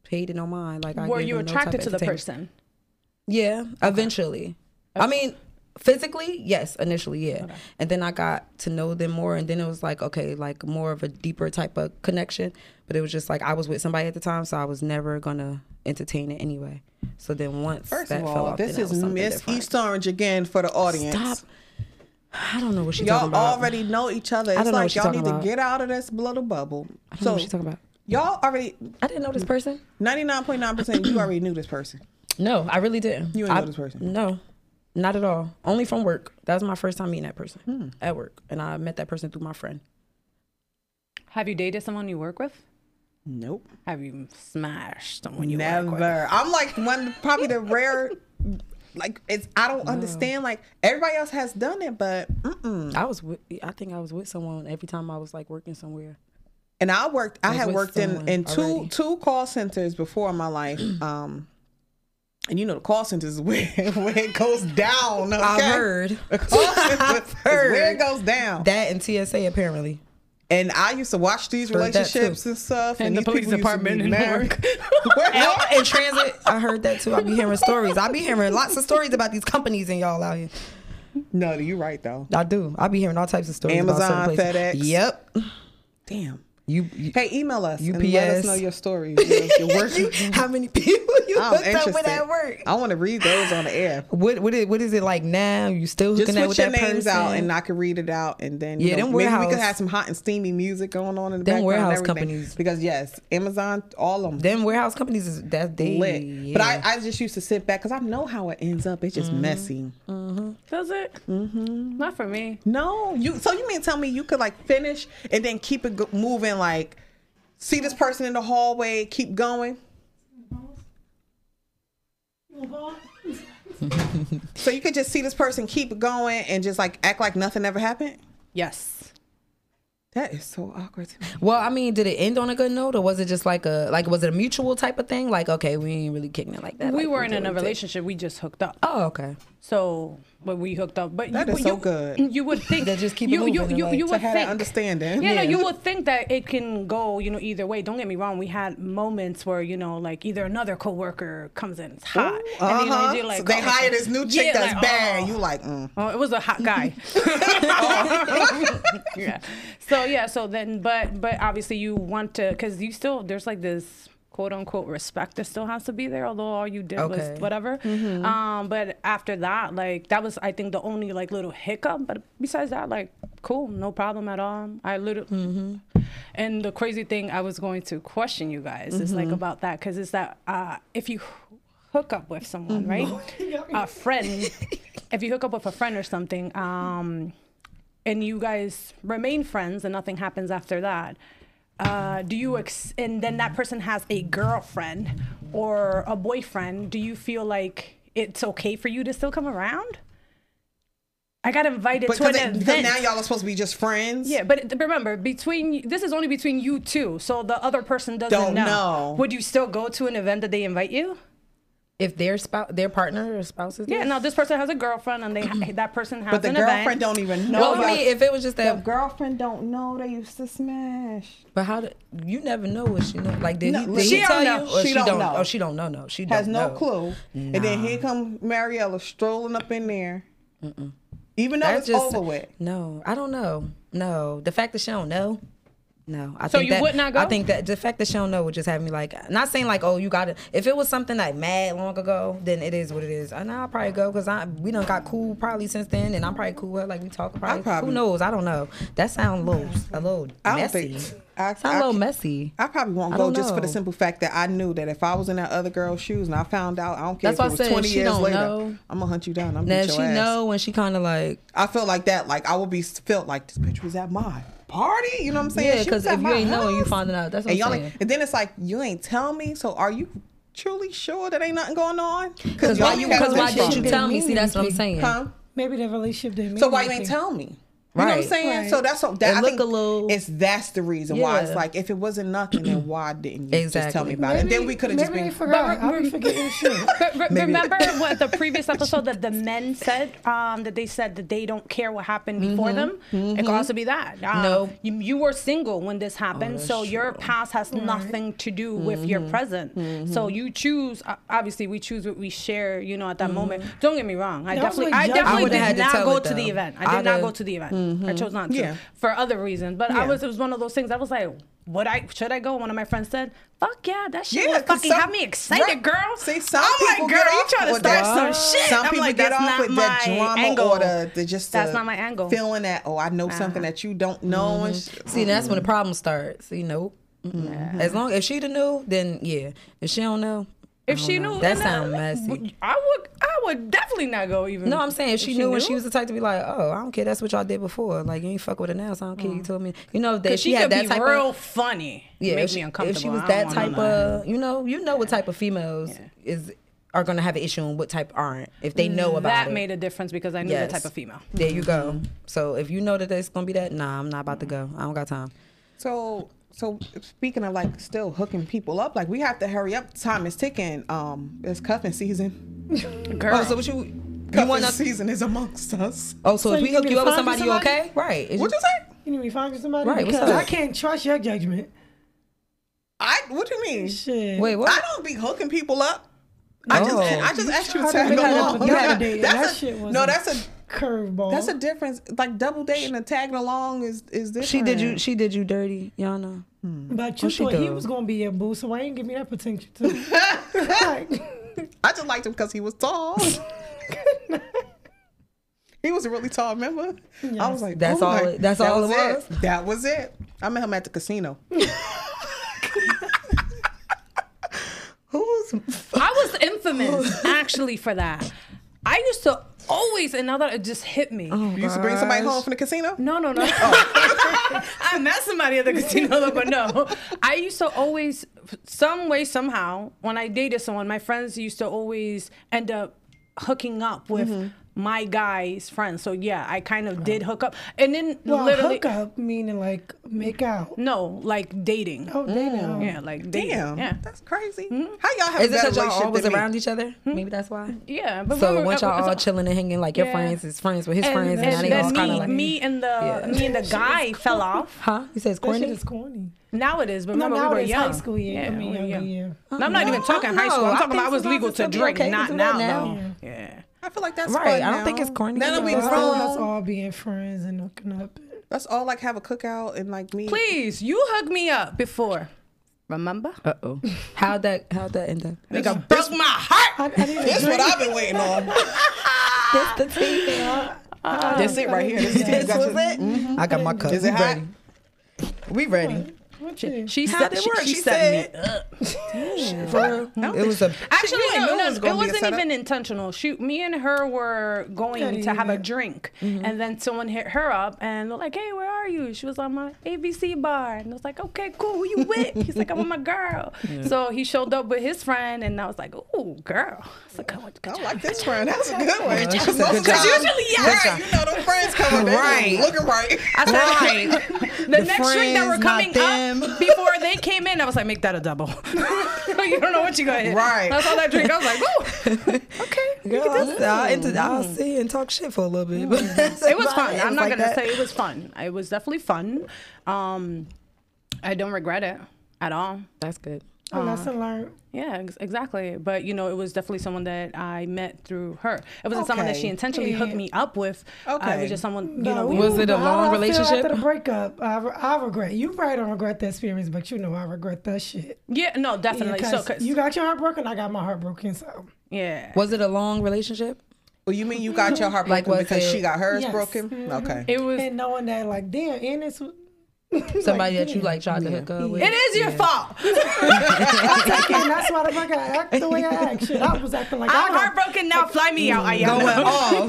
Speaker 3: paid it no mind. Like, I
Speaker 1: Were
Speaker 3: gave
Speaker 1: you
Speaker 3: them no type
Speaker 1: attracted
Speaker 3: of
Speaker 1: to the
Speaker 3: entertainment.
Speaker 1: person?
Speaker 3: Yeah, eventually. I mean, physically, yes, initially, yeah. And then I got to know them more, and then it was like, okay, like more of a deeper type of connection. But it was just like I was with somebody at the time, so I was never gonna entertain it anyway. So then once
Speaker 2: First
Speaker 3: that
Speaker 2: of
Speaker 3: fell
Speaker 2: all,
Speaker 3: off,
Speaker 2: this
Speaker 3: then that
Speaker 2: is
Speaker 3: was something
Speaker 2: Miss
Speaker 3: different.
Speaker 2: East Orange again for the audience.
Speaker 3: Stop. I don't know what she's talking
Speaker 2: Y'all
Speaker 3: about.
Speaker 2: already know each other. It's
Speaker 3: don't know what
Speaker 2: like
Speaker 3: she
Speaker 2: y'all
Speaker 3: talking
Speaker 2: need
Speaker 3: about.
Speaker 2: to get out of this little bubble.
Speaker 3: I don't know
Speaker 2: So Mm.
Speaker 3: what she's talking about.
Speaker 2: y'all already
Speaker 3: I didn't know this person.
Speaker 2: ninety nine point nine percent. You already knew this person.
Speaker 3: No, I really didn't.
Speaker 2: You ain't know
Speaker 3: I-
Speaker 2: this person.
Speaker 3: No, not at all. Only from work. That was my first time meeting that person
Speaker 2: Hmm.
Speaker 3: at work, and I met that person through my friend.
Speaker 1: Have you dated someone you work with?
Speaker 2: Nope.
Speaker 1: Have you smashed someone you work with?
Speaker 2: Never. I'm like one probably the rare. Like it's I don't understand. Like everybody else has done it, but mm-mm.
Speaker 3: I was with, I think I was with someone every time I was like working somewhere.
Speaker 2: and I worked. I
Speaker 3: Like
Speaker 2: had
Speaker 3: with
Speaker 2: worked in
Speaker 3: someone
Speaker 2: in two
Speaker 3: already. Mm.
Speaker 2: two call centers before in my life. Um, And you know the call centers is where, where it goes down. Okay?
Speaker 3: I've heard.
Speaker 2: The call centers
Speaker 3: I've
Speaker 2: is
Speaker 3: heard.
Speaker 2: where it goes down.
Speaker 3: That and TSA apparently.
Speaker 2: and I used to watch these
Speaker 3: Heard that too.
Speaker 2: relationships and stuff.
Speaker 1: And the
Speaker 2: these
Speaker 1: police
Speaker 2: people used to be
Speaker 1: department in
Speaker 2: married.
Speaker 1: Newark.
Speaker 3: And, and transit, I heard that too. I be hearing stories. I be hearing lots of stories about these companies and y'all out here.
Speaker 2: no, you're right though.
Speaker 3: I do. I be hearing all types of stories. about
Speaker 2: Amazon,
Speaker 3: certain places.
Speaker 2: FedEx.
Speaker 3: Yep.
Speaker 2: Damn.
Speaker 3: You. you
Speaker 2: Hey, email us and let us
Speaker 3: UPS.
Speaker 2: know your stories, your, your work.
Speaker 3: You- how many people you
Speaker 2: I'm
Speaker 3: hooked up with
Speaker 2: interested.
Speaker 3: at work?
Speaker 2: I want to read those on the air.
Speaker 3: What what is, what is it like now? You still
Speaker 2: Just
Speaker 3: hooking up
Speaker 2: put
Speaker 3: with
Speaker 2: your
Speaker 3: that
Speaker 2: names
Speaker 3: person?
Speaker 2: out, and I can read it out, and then you
Speaker 3: Yeah,
Speaker 2: know,
Speaker 3: them
Speaker 2: maybe we
Speaker 3: warehouse-
Speaker 2: could have some hot and steamy music going on in the
Speaker 3: Them
Speaker 2: background.
Speaker 3: warehouse
Speaker 2: and everything.
Speaker 3: companies.
Speaker 2: because yes, Amazon, all of them.
Speaker 3: Them warehouse companies is that they
Speaker 2: lit.
Speaker 3: yeah. Mm-hmm.
Speaker 2: But I, I just used to sit back because I know how it ends up. It's just messy.
Speaker 1: Does it? Mm-hmm. Not for me.
Speaker 2: No, you. So you mean tell me you could like finish and then keep it go- moving? Like, see this person in the hallway, keep going. so you could just see this person keep going and just like act like nothing ever happened.
Speaker 1: Yes.
Speaker 2: That is so awkward. To me.
Speaker 3: well, I mean, did it end on a good note, or was it just like a like was it a mutual type of thing? Like, okay, we ain't really kicking it like that.
Speaker 1: We
Speaker 3: Like,
Speaker 1: weren't in
Speaker 3: do
Speaker 1: a
Speaker 3: what we do.
Speaker 1: relationship. We just hooked up.
Speaker 3: Oh, okay.
Speaker 1: So, but we hooked up. But
Speaker 2: That
Speaker 1: you,
Speaker 2: is
Speaker 1: you,
Speaker 2: so good.
Speaker 1: You would think
Speaker 3: They just keep it
Speaker 1: you, you,
Speaker 3: moving and
Speaker 1: you,
Speaker 3: like
Speaker 1: you
Speaker 3: to
Speaker 1: would
Speaker 2: have that
Speaker 1: think
Speaker 2: understanding.
Speaker 1: Yeah, no,
Speaker 3: Yeah.
Speaker 1: you would think that it can go, you know, either way. Don't get me wrong. We had moments where you know, like either another coworker comes in, it's hot, and you know,
Speaker 2: Uh-huh.
Speaker 1: you're like,
Speaker 2: So they
Speaker 1: oh,
Speaker 2: hire this new chick
Speaker 1: yeah,
Speaker 2: that's
Speaker 1: like,
Speaker 2: bad.
Speaker 1: oh.
Speaker 2: You like, mm.
Speaker 1: Oh, it was a hot guy. yeah. So yeah. So then, but but obviously you want to because you still there's like this quote unquote respect that still has to be there. Although all you did
Speaker 3: Okay.
Speaker 1: was whatever. Um, but after that, like that was I think the only like little hiccup. But besides that, like cool, no problem at all. I literally. And the crazy thing I was going to question you guys is like about that because it's that uh, if you hook up with someone, right? a friend. If you hook up with a friend or something, um, and you guys remain friends and nothing happens after that, uh, do you ex- and then that person has a girlfriend or a boyfriend? Do you feel like it's okay for you to still come around? I got invited
Speaker 2: But
Speaker 1: to an
Speaker 2: because it- because
Speaker 1: event.
Speaker 2: now y'all are supposed to be just friends.
Speaker 1: Yeah, but it- remember, between this is only between you two, so the other person doesn't
Speaker 2: Don't know.
Speaker 1: Would you still go to an event that they invite you?
Speaker 3: If their spouse, their partner or spouse is
Speaker 1: Yeah,
Speaker 3: there?
Speaker 1: no, this person has a girlfriend, and they that person has
Speaker 2: But the
Speaker 1: an
Speaker 2: girlfriend
Speaker 1: event.
Speaker 2: don't even know.
Speaker 3: Well, I
Speaker 2: about-
Speaker 3: mean, if it was just that,
Speaker 2: girlfriend don't know they used to smash.
Speaker 3: but how did you never know what she know? Like, did
Speaker 2: No,
Speaker 3: he, did
Speaker 2: listen.
Speaker 3: he
Speaker 2: She don't
Speaker 3: tell
Speaker 2: know.
Speaker 3: you? Or
Speaker 2: She don't know.
Speaker 3: Oh, she don't know. No, she
Speaker 2: Has
Speaker 3: don't
Speaker 2: no
Speaker 3: know.
Speaker 2: clue. And then here come Mariella strolling up in there. Even though
Speaker 3: That
Speaker 2: it's over with.
Speaker 3: No, I don't know. No, the fact that she don't know. No, I
Speaker 1: So
Speaker 3: think
Speaker 1: you
Speaker 3: that,
Speaker 1: would not go?
Speaker 3: I think that the fact that she don't know would just have me like, not saying like, oh, you got to If it was something like mad long ago, then it is what it is. And I'll probably go because I we done got cool probably since then, and I'm probably cool. with her, Like we talk probably.
Speaker 2: probably-
Speaker 3: Who knows? I don't know. That sound low, a little
Speaker 2: I don't
Speaker 3: messy.
Speaker 2: think I,
Speaker 3: sound
Speaker 2: I-
Speaker 3: a little messy.
Speaker 2: I probably won't
Speaker 3: I
Speaker 2: go
Speaker 3: don't
Speaker 2: just for the
Speaker 3: know.
Speaker 2: simple fact that I knew that if I was in that other girl's shoes and I found out, I don't care
Speaker 3: That's why I
Speaker 2: if it was
Speaker 3: said
Speaker 2: twenty
Speaker 3: she
Speaker 2: years
Speaker 3: don't
Speaker 2: later,
Speaker 3: know.
Speaker 2: I'm gonna hunt you down. I'm
Speaker 3: Now
Speaker 2: gonna
Speaker 3: if
Speaker 2: beat
Speaker 3: she
Speaker 2: your ass.
Speaker 3: know when she kind of like.
Speaker 2: I feel like that. Like I will be felt like this bitch was at my party. You know what I'm saying?
Speaker 3: Yeah,
Speaker 2: She
Speaker 3: because
Speaker 2: was at
Speaker 3: if you
Speaker 2: my
Speaker 3: ain't knowing, you
Speaker 2: house.
Speaker 3: finding out. That's what
Speaker 2: and y'all
Speaker 3: I'm saying.
Speaker 2: like, and then it's like you ain't tell me. So are you truly sure that ain't nothing going on?
Speaker 3: Because why, you, cause why
Speaker 4: relationship
Speaker 3: did you
Speaker 4: didn't
Speaker 3: tell me?
Speaker 4: mean
Speaker 3: See, that's what I'm
Speaker 4: anything.
Speaker 3: saying.
Speaker 2: Huh?
Speaker 4: Maybe the relationship didn't.
Speaker 2: So
Speaker 4: mean
Speaker 2: why you ain't
Speaker 4: anything.
Speaker 2: tell me? You know what I'm
Speaker 3: Right.
Speaker 2: saying?
Speaker 4: Right.
Speaker 2: So that's what that
Speaker 3: It
Speaker 2: I
Speaker 3: look
Speaker 2: think
Speaker 3: a little-
Speaker 2: it's that's the reason why it's
Speaker 3: Yeah.
Speaker 2: like if it wasn't nothing, then why didn't you just tell me
Speaker 3: Exactly.
Speaker 2: about it? And then we could have just
Speaker 4: maybe
Speaker 2: been
Speaker 4: they forgot.
Speaker 1: But-
Speaker 4: I've been forgetting shit.
Speaker 1: But re- remember what the previous episode that the men said um, that they said that they don't care what happened before them. It could also be that. Um,
Speaker 3: No.
Speaker 1: you, you were single when this happened, so your past has nothing to do with your present. So you choose. Uh, obviously, we choose what we share. You know, at that moment. Don't get me wrong. I
Speaker 4: That was
Speaker 1: definitely,
Speaker 4: what
Speaker 1: I
Speaker 4: John- I
Speaker 1: definitely
Speaker 3: would've had
Speaker 1: did
Speaker 3: to
Speaker 1: not
Speaker 3: tell
Speaker 1: go
Speaker 3: it,
Speaker 1: to the
Speaker 3: though.
Speaker 1: event. I did
Speaker 3: I'd've-
Speaker 1: not go to the event. I chose not to
Speaker 2: Yeah.
Speaker 1: for other reasons. But I
Speaker 2: Yeah.
Speaker 1: was. It was one of those things. I was like, would I? Should I go? One of my friends said, "Fuck yeah, that shit would
Speaker 2: 'cause
Speaker 1: fucking
Speaker 2: some-
Speaker 1: have me excited,
Speaker 2: right.
Speaker 1: girl."
Speaker 2: See, some
Speaker 1: I'm like,
Speaker 2: people
Speaker 1: girl,
Speaker 2: get
Speaker 1: you
Speaker 2: off
Speaker 1: tryna
Speaker 2: with
Speaker 1: start
Speaker 2: that.
Speaker 1: some shit.
Speaker 2: Some
Speaker 1: I'm
Speaker 2: people
Speaker 1: like,
Speaker 2: get
Speaker 1: that's
Speaker 2: off
Speaker 1: not
Speaker 2: with that
Speaker 1: my
Speaker 2: drama
Speaker 1: angle.
Speaker 2: or the, the just
Speaker 1: That's
Speaker 2: the
Speaker 1: not my angle. Mm-hmm.
Speaker 2: Feeling that oh, I know something that you don't know. And sh-
Speaker 3: See, that's when the problem starts. See, nope. mm As long as she done knew, then yeah. If she don't know,
Speaker 1: If
Speaker 2: Mm-hmm.
Speaker 1: she knew,
Speaker 3: that
Speaker 1: then
Speaker 3: sound
Speaker 1: I-
Speaker 3: messy.
Speaker 1: I would, I would definitely not go even.
Speaker 3: No, I'm saying if she, knew, and she was the type to be like, oh, I don't care. That's what y'all did before. Like you ain't fuck with her now, so I don't care. You told me, you know, that if
Speaker 1: If Mm. she,
Speaker 3: she
Speaker 1: could
Speaker 3: had
Speaker 1: be
Speaker 3: that type
Speaker 1: real
Speaker 3: of.
Speaker 1: funny.
Speaker 3: Yeah,
Speaker 1: Yeah,
Speaker 3: if
Speaker 1: make
Speaker 3: she,
Speaker 1: me uncomfortable.
Speaker 3: if she was
Speaker 1: I
Speaker 3: that
Speaker 1: don't
Speaker 3: type
Speaker 1: wanna lie.
Speaker 3: of, you know, you know what type of females is are gonna have an issue and what type aren't if they know about
Speaker 1: Mm, that
Speaker 3: it.
Speaker 1: made a difference because I knew
Speaker 3: Yes.
Speaker 1: that type of female. Mm-hmm.
Speaker 3: There you go. So if you know that it's gonna be that, nah, I'm not about to go. I don't got time.
Speaker 2: so so speaking of like still hooking people up, like we have to hurry up. Time is ticking. Um, it's cuffing season.
Speaker 1: Girl.
Speaker 3: Oh, so what you? You
Speaker 2: Cuffing
Speaker 3: want us?
Speaker 2: season is amongst us.
Speaker 3: Oh, so,
Speaker 4: So
Speaker 3: if we
Speaker 4: you
Speaker 3: hook
Speaker 4: need
Speaker 3: you
Speaker 4: to
Speaker 3: up with
Speaker 4: find
Speaker 3: somebody, you
Speaker 4: somebody?
Speaker 3: okay? Right. It's
Speaker 2: What'd you
Speaker 3: just-
Speaker 2: say?
Speaker 4: You need me fucking somebody
Speaker 3: Right, what's
Speaker 4: because
Speaker 3: up?
Speaker 4: I can't trust your judgment.
Speaker 2: I. What do you mean?
Speaker 4: Shit.
Speaker 3: Wait, what?
Speaker 2: I don't be hooking people up. I just,
Speaker 3: Oh.
Speaker 2: I just asked you to
Speaker 4: I
Speaker 2: tag
Speaker 4: think I
Speaker 2: along.
Speaker 4: got a double date, and that
Speaker 2: That's a,
Speaker 4: shit was
Speaker 2: no,
Speaker 4: a-
Speaker 2: that's a
Speaker 4: Curveball.
Speaker 3: Oh.
Speaker 2: that's a difference. Like double dating and tagging along is is different.
Speaker 3: She did you. She did you dirty, Yana.
Speaker 4: But you
Speaker 3: What she
Speaker 4: thought he
Speaker 3: do?
Speaker 4: was gonna be your boo, so why ain't give me that potential too? Like,
Speaker 2: I just liked him because he was tall. he was a really tall member. I was like,
Speaker 3: That's
Speaker 2: oh
Speaker 3: all
Speaker 2: my-
Speaker 3: it- that's all it was?
Speaker 2: That was it. I met him at the casino.
Speaker 3: Who's?
Speaker 1: I was infamous actually for that. I used to always, and now that it just hit me.
Speaker 3: Oh.
Speaker 2: You used to bring somebody home from the casino.
Speaker 1: No, no, no.
Speaker 4: Oh.
Speaker 1: I met somebody at the casino, though, but no. I used to always, some way, somehow, when I dated someone, my friends used to always end up hooking up with
Speaker 4: Mm-hmm.
Speaker 1: my guy's friends. So yeah, I kind of did hook up, and then
Speaker 4: well,
Speaker 1: literally,
Speaker 4: hook up meaning like make out.
Speaker 1: no, like dating.
Speaker 4: Oh, they know.
Speaker 1: Yeah, like dating.
Speaker 2: Damn,
Speaker 1: Yeah,
Speaker 2: that's crazy. How y'all have
Speaker 3: Is
Speaker 2: is
Speaker 3: it
Speaker 2: better
Speaker 3: because y'all
Speaker 2: relationship
Speaker 3: always
Speaker 2: than me?
Speaker 3: around each other? Maybe that's why.
Speaker 1: yeah. But we
Speaker 3: So
Speaker 1: were-
Speaker 3: once y'all
Speaker 1: it's
Speaker 3: all
Speaker 1: a-
Speaker 3: chilling and hanging, like your
Speaker 1: Yeah.
Speaker 3: friends is friends with his
Speaker 1: and,
Speaker 3: friends, and, now
Speaker 1: and
Speaker 3: they all
Speaker 1: then
Speaker 3: kind
Speaker 1: me,
Speaker 3: of like,
Speaker 1: me and the
Speaker 3: Yeah.
Speaker 1: me and the guy fell off.
Speaker 3: huh? You said it's
Speaker 4: That shit
Speaker 3: corny.
Speaker 4: is corny.
Speaker 1: Now it is, but remember
Speaker 4: no,
Speaker 1: we
Speaker 4: now
Speaker 1: were
Speaker 4: it's
Speaker 1: young.
Speaker 4: high school year. I mean,
Speaker 1: we were
Speaker 4: younger
Speaker 1: young.
Speaker 4: year.
Speaker 1: I'm not
Speaker 3: No,
Speaker 1: even talking
Speaker 3: I
Speaker 1: high school.
Speaker 3: know.
Speaker 1: I'm
Speaker 3: I
Speaker 1: talking
Speaker 3: think
Speaker 1: about I was
Speaker 3: sometimes
Speaker 1: legal
Speaker 3: it's
Speaker 1: to
Speaker 3: gonna be
Speaker 1: drink,
Speaker 3: okay to
Speaker 1: not
Speaker 3: do
Speaker 1: now,
Speaker 3: that now.
Speaker 1: though. Yeah.
Speaker 2: I feel like that's
Speaker 3: Right,
Speaker 2: fun
Speaker 3: I don't think
Speaker 2: now.
Speaker 3: it's corny
Speaker 2: Now that
Speaker 3: to
Speaker 2: we
Speaker 4: That's all,
Speaker 2: grown,
Speaker 4: that's
Speaker 2: that's all.
Speaker 4: all being friends and hooking up.
Speaker 2: like have a cookout and like me.
Speaker 1: Please, you hug me up before. Remember?
Speaker 3: Uh oh. How'd that? How'd that end up?
Speaker 1: Nigga broke my heart.
Speaker 4: I, I need a
Speaker 2: This
Speaker 4: drink.
Speaker 2: what I've been waiting on.
Speaker 3: That's the tea.
Speaker 2: That's it right here. This is
Speaker 3: This
Speaker 2: got
Speaker 3: was
Speaker 2: your-
Speaker 3: it. I got my cup.
Speaker 2: Is it
Speaker 3: We
Speaker 2: hot?
Speaker 3: ready. We ready.
Speaker 4: What you-
Speaker 1: She
Speaker 3: How'd
Speaker 1: set,
Speaker 3: it
Speaker 1: she,
Speaker 3: work?
Speaker 1: she
Speaker 3: She
Speaker 1: set
Speaker 3: said-
Speaker 1: me up.
Speaker 3: For real. It was a.
Speaker 1: Actually,
Speaker 2: You ain't know it
Speaker 1: no, no,
Speaker 2: was gonna
Speaker 1: it
Speaker 2: be a
Speaker 1: wasn't
Speaker 2: setup.
Speaker 1: even intentional. She, me and her were going to have a drink,
Speaker 3: Mm-hmm.
Speaker 1: and then someone hit her up, and they're like, "Hey, where are you?" She was on my ABC bar, and I was like, "Okay, cool. Who you with?" He's like, "I'm with my girl." So he showed up with his friend, and I was like, "Ooh, girl." I was like, "Oh, good
Speaker 2: I
Speaker 1: job."
Speaker 2: like this friend. That's a good one.
Speaker 3: that's a
Speaker 2: Most
Speaker 3: good
Speaker 2: of the time-
Speaker 1: job. Usually, yeah.
Speaker 2: Right, you know, them friends coming
Speaker 3: Right.
Speaker 2: right. looking right.
Speaker 1: I said, The, next drink that
Speaker 3: friends,
Speaker 1: were coming
Speaker 3: not them.
Speaker 1: up before they came in, I was like, make that a double. you don't know what you got hit.
Speaker 2: Right.
Speaker 1: That's all that drink. I was like, ooh.
Speaker 3: Okay. Girl, I'll, I'll, enter, I'll see and talk shit for a little bit. But
Speaker 1: It was fun. I'm not gonna say it was fun. It was definitely fun. Um, I don't regret it at all.
Speaker 3: That's good.
Speaker 4: a lesson learned.
Speaker 1: Yeah, ex- exactly. But you know, it was definitely someone that I met through her. It wasn't someone that
Speaker 2: Okay.
Speaker 1: she intentionally hooked me up with. Uh, it
Speaker 2: Okay.
Speaker 1: was just someone. You know,
Speaker 4: No,
Speaker 1: we,
Speaker 3: Was it a
Speaker 4: how
Speaker 3: long
Speaker 4: I feel
Speaker 3: relationship?
Speaker 4: After the breakup, I, re- I regret. You probably don't regret that experience, but you know I regret that shit.
Speaker 1: yeah, no, definitely.
Speaker 4: Yeah,
Speaker 1: so,
Speaker 4: 'cause
Speaker 1: 'cause-
Speaker 4: you got your heart broken. I got my heart broken. So
Speaker 1: yeah,
Speaker 3: Was it a long relationship?
Speaker 2: Well, you mean you got your heart
Speaker 3: Like,
Speaker 2: broken
Speaker 3: was
Speaker 2: because
Speaker 3: it-
Speaker 2: she got hers
Speaker 4: Yes.
Speaker 2: broken? Okay.
Speaker 1: it was.
Speaker 4: and knowing that, like, damn, and it's
Speaker 3: Somebody that you like tried to hook up with?
Speaker 1: It is your fault.
Speaker 4: and that's why the fuck I act the way I act. Shit, I was acting like I
Speaker 1: I'm
Speaker 4: got
Speaker 1: heartbroken now. Fly me out. I am.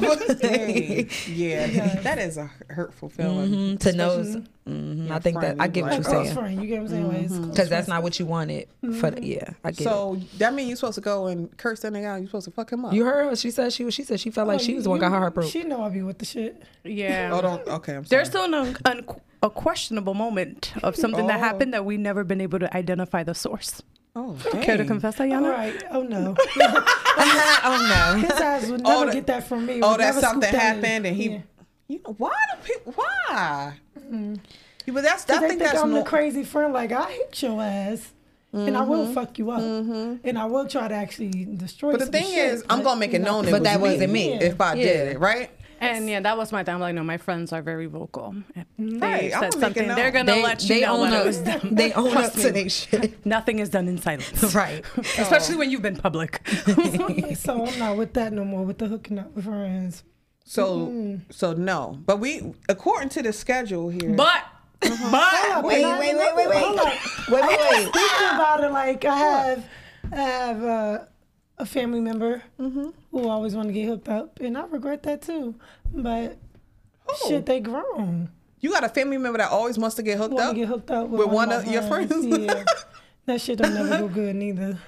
Speaker 3: Going off.
Speaker 2: Dang. yeah, that is a hurtful feeling.
Speaker 3: Mm, to nose. hmm I think that I
Speaker 2: friend,
Speaker 3: get what
Speaker 2: like,
Speaker 3: you're
Speaker 4: a close
Speaker 3: saying.
Speaker 4: friend. You get what I'm saying? Like, it's close
Speaker 3: Because that's not what you wanted. For the, yeah, I get it.
Speaker 2: So that means you're supposed to go and curse that nigga out. You're supposed to fuck him up.
Speaker 3: You heard her. She said she was. She said she felt like she was the one got her heart broke.
Speaker 4: Oh, She know I be with the shit.
Speaker 1: Yeah.
Speaker 2: oh, don't. Okay, I'm sorry.
Speaker 1: There's still an un- un- a questionable moment of something that
Speaker 2: Oh.
Speaker 1: happened that we've never been able to identify the source.
Speaker 2: oh,
Speaker 1: Care to
Speaker 2: dang.
Speaker 1: confess,
Speaker 4: All
Speaker 1: Ayana?
Speaker 4: right. Oh no.
Speaker 3: oh no.
Speaker 4: His eyes would never
Speaker 2: that-
Speaker 4: get that from me.
Speaker 2: Oh,
Speaker 4: Would
Speaker 2: that
Speaker 4: never
Speaker 2: something
Speaker 4: scoop that in.
Speaker 2: happened, and he.
Speaker 4: Yeah.
Speaker 2: You know why do people? Why? Yeah, But that's.
Speaker 4: I
Speaker 2: I think
Speaker 4: they think,
Speaker 2: that's
Speaker 4: I'm
Speaker 2: no.
Speaker 4: the crazy friend. Like I hate your ass, and I will fuck you up, and I will try to actually destroy.
Speaker 2: Mm-hmm. But the
Speaker 4: some
Speaker 2: thing
Speaker 4: shit,
Speaker 2: is, I'm
Speaker 4: but,
Speaker 2: gonna make it
Speaker 4: you know,
Speaker 2: known. it
Speaker 3: But that
Speaker 2: was
Speaker 3: wasn't me.
Speaker 2: If I did it, right?
Speaker 1: And yeah, that was my thing. I'm like, no, my friends are very vocal. If They
Speaker 2: Right, I'm gonna make
Speaker 1: said
Speaker 2: it
Speaker 1: something.
Speaker 2: known.
Speaker 1: They're gonna
Speaker 3: They,
Speaker 1: let you
Speaker 3: they
Speaker 1: know.
Speaker 3: own
Speaker 1: when it
Speaker 3: up.
Speaker 1: was done.
Speaker 3: They own up
Speaker 1: Trust
Speaker 3: to
Speaker 1: me.
Speaker 3: their shit.
Speaker 1: Nothing is done in silence,
Speaker 3: Right.
Speaker 1: especially when you've been public.
Speaker 4: So I'm not with that no more. With the hooking up with friends.
Speaker 2: So,
Speaker 4: Mm-hmm.
Speaker 2: so no. But we, according to the schedule here,
Speaker 1: but,
Speaker 3: Wait,
Speaker 1: but
Speaker 4: And I
Speaker 3: wait, wait,
Speaker 4: remember-
Speaker 3: wait, wait.
Speaker 4: hold on.
Speaker 3: Wait, wait,
Speaker 4: I was
Speaker 3: wait.
Speaker 4: Thinking about it, like I have, I have uh, a family member
Speaker 2: Mm-hmm.
Speaker 4: who always want to get hooked up, and I regret that too. But
Speaker 2: Who?
Speaker 4: shit, they grown.
Speaker 2: you got a family member that always wants to get hooked
Speaker 4: Want
Speaker 2: up.
Speaker 4: to get hooked up with,
Speaker 2: With one
Speaker 4: my
Speaker 2: of your friends?
Speaker 4: Yeah. That shit don't never go good neither.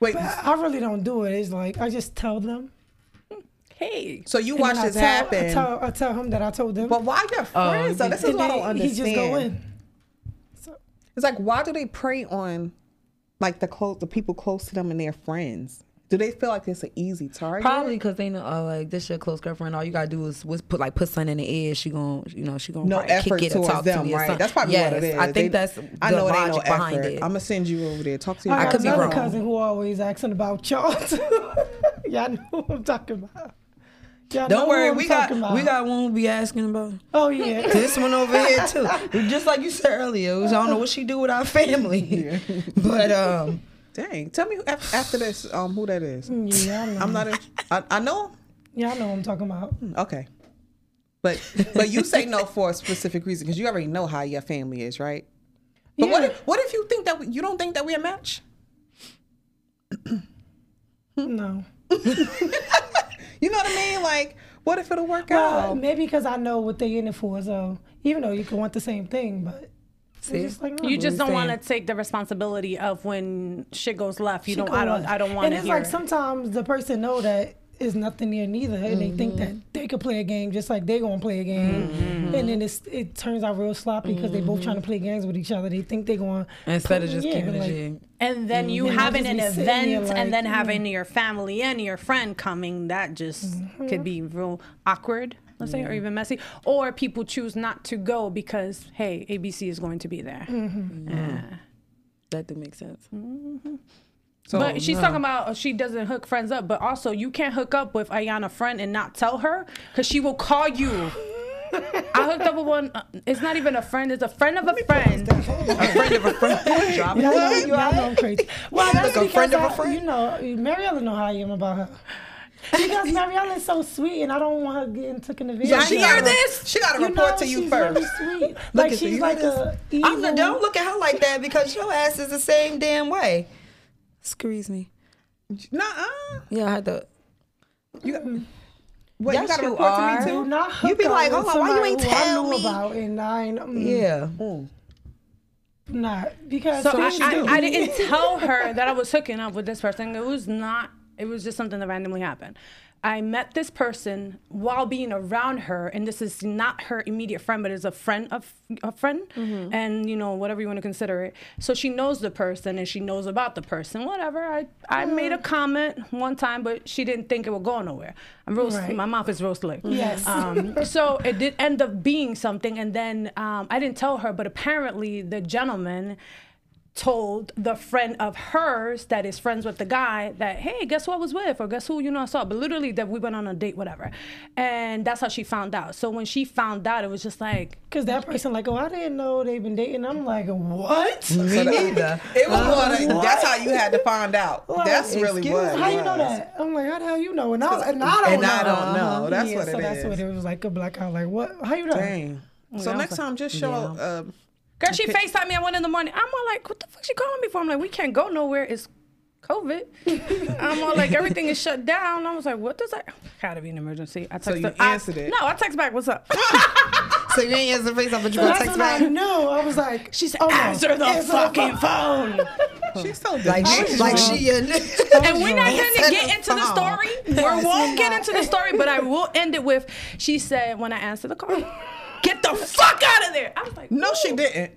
Speaker 2: Wait,
Speaker 4: I really don't do it. It's like I just tell them.
Speaker 1: hey,
Speaker 2: so you
Speaker 4: and
Speaker 2: watch
Speaker 4: then I
Speaker 2: this
Speaker 4: tell-
Speaker 2: happen?
Speaker 4: I tell, I tell him that I told them.
Speaker 2: But why your friends? though?
Speaker 3: you
Speaker 2: this is
Speaker 4: Oh, and
Speaker 2: what I don't
Speaker 4: then
Speaker 2: understand.
Speaker 4: He just go in.
Speaker 2: It's like why do they prey on like the close the people close to them and their friends? Do they feel like it's an easy target?
Speaker 3: Probably because they know, oh, like this your close girlfriend. All you gotta do is was put like put something in the ear. She gon' you know, she gon'
Speaker 2: No
Speaker 3: probably
Speaker 2: effort
Speaker 3: kick it or
Speaker 2: towards
Speaker 3: talk to
Speaker 2: them,
Speaker 3: me or
Speaker 2: right?
Speaker 3: something.
Speaker 2: That's probably
Speaker 3: yes,
Speaker 2: what it is.
Speaker 3: I think
Speaker 2: They-
Speaker 3: that's the
Speaker 2: I know
Speaker 3: logic
Speaker 2: it ain't no
Speaker 3: behind
Speaker 2: effort.
Speaker 3: it.
Speaker 2: I'm gonna send you over there. Talk to you.
Speaker 4: I,
Speaker 3: I
Speaker 4: got
Speaker 3: could be
Speaker 4: another
Speaker 3: wrong.
Speaker 4: cousin who always asking about y'all too. y'all know what I'm talking about. Y'all know
Speaker 3: Don't
Speaker 4: who
Speaker 3: worry,
Speaker 4: I'm
Speaker 3: we got
Speaker 4: talking about.
Speaker 3: we got one who be asking about
Speaker 4: Oh yeah.
Speaker 3: this one over here too. Just like you said earlier, it was, I don't know what she do with our family, but um,
Speaker 2: Dang, tell me who- af- after this um who that is.
Speaker 4: yeah, y'all know.
Speaker 2: I'm not. In, I, I know. him.
Speaker 4: Y'all know what I'm talking about.
Speaker 2: Okay. But but you say no for a specific reason because you already know how your family is, right? But what
Speaker 4: Yeah.
Speaker 2: if what if you think that we, you don't think that we a match?
Speaker 4: No.
Speaker 2: You know what I mean? Like what if it'll work
Speaker 4: Well,
Speaker 2: out?
Speaker 4: maybe because I know what they in it for. So even though you can want the same thing, but
Speaker 3: see,
Speaker 4: it's like
Speaker 1: You
Speaker 4: no.
Speaker 1: just don't
Speaker 3: saying.
Speaker 1: want to take the responsibility of when shit goes left. You
Speaker 4: She
Speaker 1: don't.
Speaker 4: go
Speaker 1: I don't.
Speaker 4: up.
Speaker 1: I don't want
Speaker 4: And
Speaker 1: to
Speaker 4: it's
Speaker 1: hear.
Speaker 4: like
Speaker 1: it.
Speaker 4: sometimes the person know that it's nothing there neither, and they think that they could play a game just like they gonna play a game, and then it's, it turns out real sloppy because they both trying to play games with each other. They think they going
Speaker 3: instead of just
Speaker 4: Yeah,
Speaker 3: keeping
Speaker 4: like-
Speaker 3: it. G.
Speaker 1: and then you
Speaker 4: And I'll
Speaker 1: having
Speaker 4: Mm-hmm. just
Speaker 1: an
Speaker 4: be sitting there
Speaker 1: event,
Speaker 4: like, mm-hmm.
Speaker 1: and then having your family and your friend coming. That just
Speaker 4: Mm-hmm.
Speaker 1: could be real awkward. Let's say, or even messy, or people choose not to go because hey, ABC is going to be there.
Speaker 4: Mm.
Speaker 1: Yeah.
Speaker 3: That do make sense.
Speaker 2: So
Speaker 1: but she's talking about uh, she doesn't hook friends up, but also you can't hook up with Ayana friend and not tell her because she will call you. I hooked up with one. uh, It's not even a friend. It's a friend of a friend.
Speaker 3: a friend of a friend. Drop
Speaker 4: Y'all
Speaker 3: it.
Speaker 4: know, y'all know I'm crazy. Well, that's
Speaker 3: Like a
Speaker 4: because
Speaker 3: friend of a
Speaker 4: I-
Speaker 3: friend?
Speaker 4: You know, Mariella know how I am about her. Because Mariella is so sweet, and I don't want her getting taken advantage.
Speaker 2: Yeah,
Speaker 4: of.
Speaker 2: she
Speaker 1: hear
Speaker 2: gotta,
Speaker 1: this?
Speaker 2: She got to
Speaker 4: You
Speaker 2: report
Speaker 4: know,
Speaker 2: to you
Speaker 4: she's
Speaker 2: first.
Speaker 4: Really sweet. Like
Speaker 2: at you,
Speaker 4: she's
Speaker 2: you
Speaker 4: like
Speaker 2: hear
Speaker 4: a.
Speaker 3: I'm not,
Speaker 4: evil-
Speaker 3: don't look at her like that because your ass is the same damn way. Excuse me.
Speaker 2: Nuh-uh.
Speaker 3: Yeah, I had to.
Speaker 2: You got, what, you
Speaker 3: Yes,
Speaker 2: got to
Speaker 3: you
Speaker 2: report
Speaker 3: are.
Speaker 2: to me
Speaker 4: Do
Speaker 2: too?
Speaker 4: not
Speaker 3: You
Speaker 4: hook
Speaker 3: be
Speaker 4: up
Speaker 3: like,
Speaker 4: with
Speaker 3: hold on, why you
Speaker 4: somebody
Speaker 3: ain't
Speaker 4: who I
Speaker 3: tell
Speaker 4: knew
Speaker 3: me?
Speaker 4: About and I ain't, mm,
Speaker 3: Yeah.
Speaker 2: Mm.
Speaker 4: not because
Speaker 1: So
Speaker 4: Then
Speaker 1: I,
Speaker 4: she
Speaker 1: I,
Speaker 4: do.
Speaker 1: I didn't tell her that I was hooking up with this person. It was not. It was just something that randomly happened. I met this person while being around her, and this is not her immediate friend, but is a friend of a friend,
Speaker 4: Mm-hmm.
Speaker 1: and you know whatever you want to consider it. So she knows the person and she knows about the person. Whatever. I I made a comment one time, but she didn't think it would go nowhere. I'm real.
Speaker 4: Right.
Speaker 1: My mouth is real slick.
Speaker 4: Yes.
Speaker 1: Um, so it did end up being something, and then um, I didn't tell her, but apparently the gentleman told the friend of hers that is friends with the guy that hey guess who i was with or guess who you know i saw but literally that we went on a date whatever and that's how she found out so when she found out it was just like
Speaker 4: Cause that person like, oh, I didn't know they've been dating. I'm like, what?
Speaker 3: Me neither.
Speaker 2: It was more than- that's how you had to find out. that's really
Speaker 3: excuse
Speaker 2: what.
Speaker 4: How
Speaker 2: it
Speaker 4: you know
Speaker 2: was.
Speaker 4: that? I'm like, how the hell you know? And I, was, and I don't
Speaker 2: And
Speaker 4: know. Uh-huh.
Speaker 2: I don't know. That's
Speaker 4: yeah,
Speaker 2: what it is.
Speaker 4: so that's what it was like a blackout. Like, what? How you know?
Speaker 2: Dang. So next time, just show. Uh,
Speaker 1: girl she facetime me at one in the morning i'm all like what the fuck she calling me for i'm like we can't go nowhere it's covid i'm all like everything is shut down i was like what does that gotta be an emergency i text
Speaker 2: you
Speaker 1: her, I-
Speaker 2: answered it.
Speaker 1: no i text back what's up
Speaker 3: So you ain't answer face up, but you
Speaker 4: So
Speaker 3: gonna
Speaker 4: that's
Speaker 3: text
Speaker 4: when
Speaker 3: back.
Speaker 4: I knew. I was like,
Speaker 1: she said
Speaker 4: oh, no.
Speaker 1: answer the
Speaker 4: Answer the
Speaker 1: fucking phone
Speaker 2: she's so
Speaker 3: Like she,
Speaker 2: detached.
Speaker 3: like she a
Speaker 1: and we're not
Speaker 3: Yes,
Speaker 1: gonna
Speaker 3: and
Speaker 1: get
Speaker 3: a
Speaker 1: into the
Speaker 3: phone.
Speaker 1: story. We won't
Speaker 4: Yes, we're
Speaker 1: get
Speaker 4: not.
Speaker 1: into the story, but I will end it with she said when I answered the call, get the fuck out of there. I was like,
Speaker 2: No, she didn't.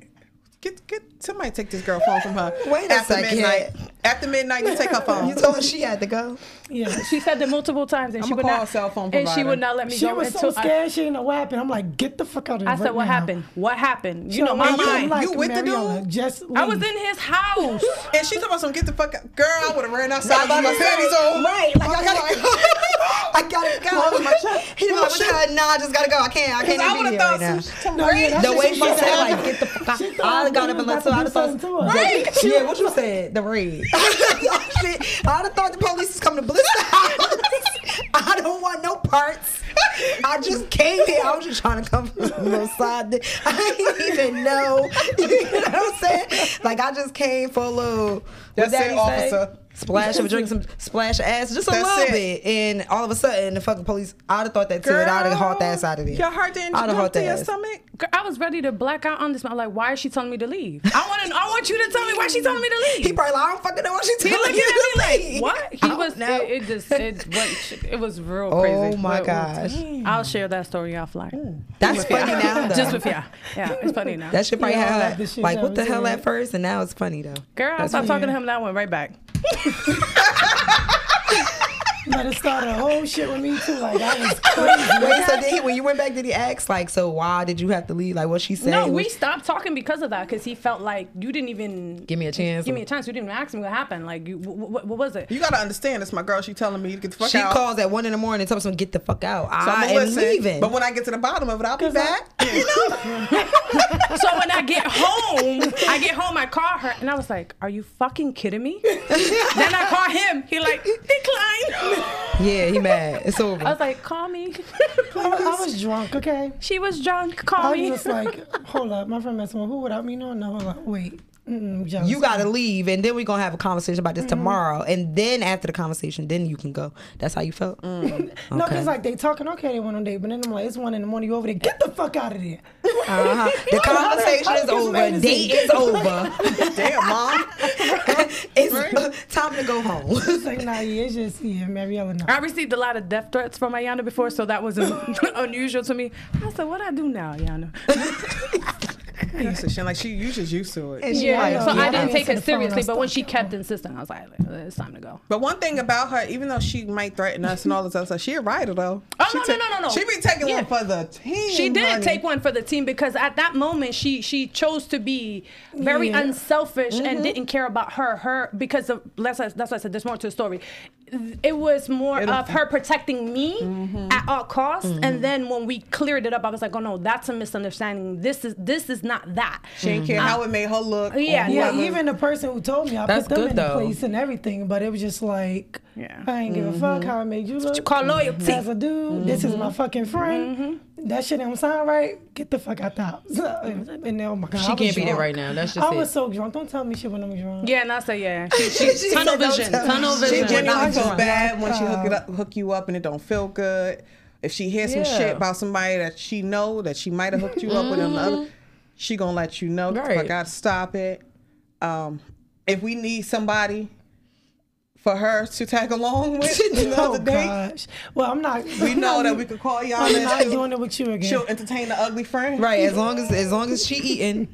Speaker 2: Get get somebody take this girl phone from her.
Speaker 3: Wait a
Speaker 2: after
Speaker 3: second.
Speaker 2: Midnight. After midnight, you take her phone.
Speaker 3: You told her she had to go.
Speaker 4: Yeah.
Speaker 1: She said that multiple times, and she
Speaker 2: I'ma
Speaker 1: would
Speaker 2: call
Speaker 1: not.
Speaker 2: her cell phone
Speaker 1: and she
Speaker 2: provider.
Speaker 1: would not let me
Speaker 4: She
Speaker 1: go.
Speaker 4: was so
Speaker 1: until I-
Speaker 4: scared she didn't know what happened. I'm like, get the fuck out of here.
Speaker 1: I, said,
Speaker 4: right
Speaker 1: "What
Speaker 4: now."
Speaker 1: happened? What happened? You
Speaker 4: So
Speaker 1: know my
Speaker 4: I'm
Speaker 1: mind.
Speaker 4: like,
Speaker 2: You with the
Speaker 4: Mariella,
Speaker 2: dude?
Speaker 4: Just
Speaker 1: I was
Speaker 4: leave.
Speaker 1: in his house.
Speaker 2: And she talking about some get the fuck out. Girl, I would have ran outside with my panties on.
Speaker 3: Right. Like I
Speaker 2: like-
Speaker 3: gotta go. I gotta go. He was like, "What the hell? Nah, I just gotta go. I can't.
Speaker 2: 'Cause
Speaker 3: I can't
Speaker 2: I
Speaker 3: even
Speaker 2: would
Speaker 3: be
Speaker 2: have
Speaker 3: here right
Speaker 2: thought
Speaker 3: now.
Speaker 2: some, some
Speaker 4: No, yeah,
Speaker 2: crazy
Speaker 4: that's
Speaker 3: The
Speaker 2: shit
Speaker 3: way she
Speaker 2: was
Speaker 3: said,
Speaker 2: happening.
Speaker 3: like, get the fuck out.
Speaker 4: She thought
Speaker 3: I got
Speaker 4: they
Speaker 3: up and
Speaker 4: was
Speaker 3: left. So I
Speaker 4: about to do
Speaker 3: just thought,
Speaker 4: something to her.
Speaker 3: right. yeah, what you said? The red. I would have thought the police was coming to blitz the house. I don't want no parts. I just came here. I was just trying to come from the little side. di- I didn't even know. You know what I'm saying? Like I just came for a little.
Speaker 2: That's it,
Speaker 3: what daddy say?
Speaker 2: officer.
Speaker 3: splash of a drink, some splash of ass, just a
Speaker 2: That's
Speaker 3: little
Speaker 2: it.
Speaker 3: bit, and all of a sudden the fucking police. I'd have thought that too, and I'd have hauled the ass out of there.
Speaker 2: Your heart didn't
Speaker 3: I'd have
Speaker 2: jump
Speaker 3: hauled
Speaker 2: to
Speaker 3: the
Speaker 2: your
Speaker 3: ass.
Speaker 2: stomach.
Speaker 1: Girl, I was ready to black out on this. I'm like, why is she telling me to leave? I want to. I want you to tell me why she telling me to leave.
Speaker 3: He probably like, I don't fucking know what she's
Speaker 1: He
Speaker 3: telling
Speaker 1: looking
Speaker 3: you
Speaker 1: at
Speaker 3: to
Speaker 1: me
Speaker 3: say."
Speaker 1: like, what?
Speaker 3: I
Speaker 1: He
Speaker 3: don't
Speaker 1: was.
Speaker 3: know.
Speaker 1: It, it just. It went. It was real
Speaker 3: Oh
Speaker 1: crazy.
Speaker 3: my
Speaker 1: But-
Speaker 3: gosh.
Speaker 1: I'll share that story offline.
Speaker 3: That's funny now though.
Speaker 1: Just with yeah, yeah, it's funny now.
Speaker 3: that shit probably
Speaker 4: Yeah, I
Speaker 3: had
Speaker 4: love this shit
Speaker 3: like
Speaker 4: now,
Speaker 3: what the
Speaker 4: isn't
Speaker 3: hell
Speaker 4: it?
Speaker 3: at first, and now it's funny though.
Speaker 1: Girl, I
Speaker 3: That's
Speaker 1: stopped talking to him. That one right back.
Speaker 4: You better start a whole shit with me too. Like that is crazy.
Speaker 3: Wait, so did he, when you went back, did he ask like, so why did you have to leave? Like, what she said?
Speaker 1: No,
Speaker 3: was-
Speaker 1: we stopped talking because of that. Because he felt like you didn't even
Speaker 3: Give me a chance.
Speaker 1: Give me a chance. You didn't even ask me what happened. Like, you, what, what, what was it?
Speaker 2: You gotta understand, it's my girl. She telling me to get the fuck
Speaker 3: she
Speaker 2: out.
Speaker 3: calls at one in the morning and tells him get the fuck out.
Speaker 2: So I'ma
Speaker 3: I am
Speaker 2: listen,
Speaker 3: leaving.
Speaker 2: But when I get to the bottom of it, I'll be
Speaker 4: 'Cause I-
Speaker 2: back. You know?
Speaker 1: so when I get home, I get home, I call her, and I was like, "Are you fucking kidding me?" then I call him. He like decline.
Speaker 3: yeah, he mad. It's over.
Speaker 1: I was like, "Call me."
Speaker 4: I, was- I was drunk, okay?
Speaker 1: she was drunk.
Speaker 3: Oh,
Speaker 1: Call
Speaker 4: I
Speaker 1: me.
Speaker 4: was just like, hold up, my friend messed with who without me? No, no, hold up, wait. Mm-mm, I'm jealous.
Speaker 3: you gotta leave, and then we're gonna have a conversation about this tomorrow. And then after the conversation, then you can go. That's how you felt.
Speaker 4: No,
Speaker 3: Okay.
Speaker 4: because like they talking, okay, they went on date, but then I'm like, it's one in the morning, you over there, get the fuck out of there.
Speaker 3: Uh-huh. The conversation
Speaker 4: how
Speaker 3: is
Speaker 4: does this man
Speaker 3: over.
Speaker 4: is
Speaker 3: Date
Speaker 4: in-
Speaker 3: is over.
Speaker 2: Damn, mom.
Speaker 3: it's uh, time to go home.
Speaker 4: It's like, nah, yeah, it's just, yeah, Mariella, nah.
Speaker 1: I received a lot of death threats from Ayana before, so that was un- unusual to me. I said, "What I do now, Ayana?"
Speaker 2: So she like she you just used to it.
Speaker 3: And she
Speaker 4: Yeah,
Speaker 3: like,
Speaker 4: I know.
Speaker 1: So
Speaker 4: Yeah,
Speaker 1: I
Speaker 4: I
Speaker 1: didn't take
Speaker 4: answered
Speaker 1: it
Speaker 4: the phone, I
Speaker 1: seriously,
Speaker 4: was
Speaker 1: but when she kept insisting, I was like, "It's time to go."
Speaker 2: But one thing about her, even though she might threaten us and all this other stuff, she a writer though.
Speaker 1: Oh,
Speaker 2: she
Speaker 1: no, no, no, no, no.
Speaker 2: She be taking
Speaker 1: Yeah.
Speaker 2: one for the team.
Speaker 1: She did
Speaker 2: honey.
Speaker 1: take one for the team because at that moment she she chose to be very
Speaker 4: Yeah.
Speaker 1: unselfish and didn't care about her her because of that's why- that's why I said there's more to the story. It was Mm-hmm. more
Speaker 2: It'll-
Speaker 1: of her protecting me at all costs, and then when we cleared it up, I was like, oh no, that's a misunderstanding. This is this is not that.
Speaker 2: She didn't care how it made her look. or
Speaker 1: Mm-hmm. Yeah,
Speaker 4: Yeah,
Speaker 2: whoever.
Speaker 4: even the person who told me, I
Speaker 3: That's
Speaker 4: put them
Speaker 3: good,
Speaker 4: in
Speaker 3: though.
Speaker 4: the place and everything, but it was just like,
Speaker 1: Yeah.
Speaker 4: I ain't give a fuck
Speaker 3: Mm-hmm.
Speaker 4: how I made you look. Mm-hmm.
Speaker 1: You call loyalty.
Speaker 4: As a dude, this is my fucking friend.
Speaker 3: Mm-hmm.
Speaker 4: That shit don't sound right. Get the fuck out the house. And then, oh my God, I was drunk.
Speaker 3: now. That's
Speaker 4: I was so drunk. Don't tell me shit when I'm drunk.
Speaker 1: Yeah, and I said, yeah, she, she,
Speaker 3: She
Speaker 1: tunnel
Speaker 3: said, "Don't
Speaker 1: vision,
Speaker 3: tell-
Speaker 1: tunnel
Speaker 2: She
Speaker 1: vision.
Speaker 2: did not
Speaker 4: Genuine
Speaker 2: feel
Speaker 4: drunk.
Speaker 2: bad when she hook it up, hook you up, and it don't feel good. If she hears some
Speaker 3: Yeah.
Speaker 2: shit about somebody that she know that she might have hooked you up with another, she gonna let you know.
Speaker 3: Right.
Speaker 2: I gotta stop it. Um, if we need somebody for her to tag along with
Speaker 4: Oh
Speaker 2: another day,
Speaker 4: gosh. Well, I'm not.
Speaker 2: we know that we could call y'all
Speaker 4: I'm not
Speaker 2: and she'll,
Speaker 4: doing it with you again.
Speaker 2: she'll entertain the ugly friend.
Speaker 3: right. As long as as long as she eating,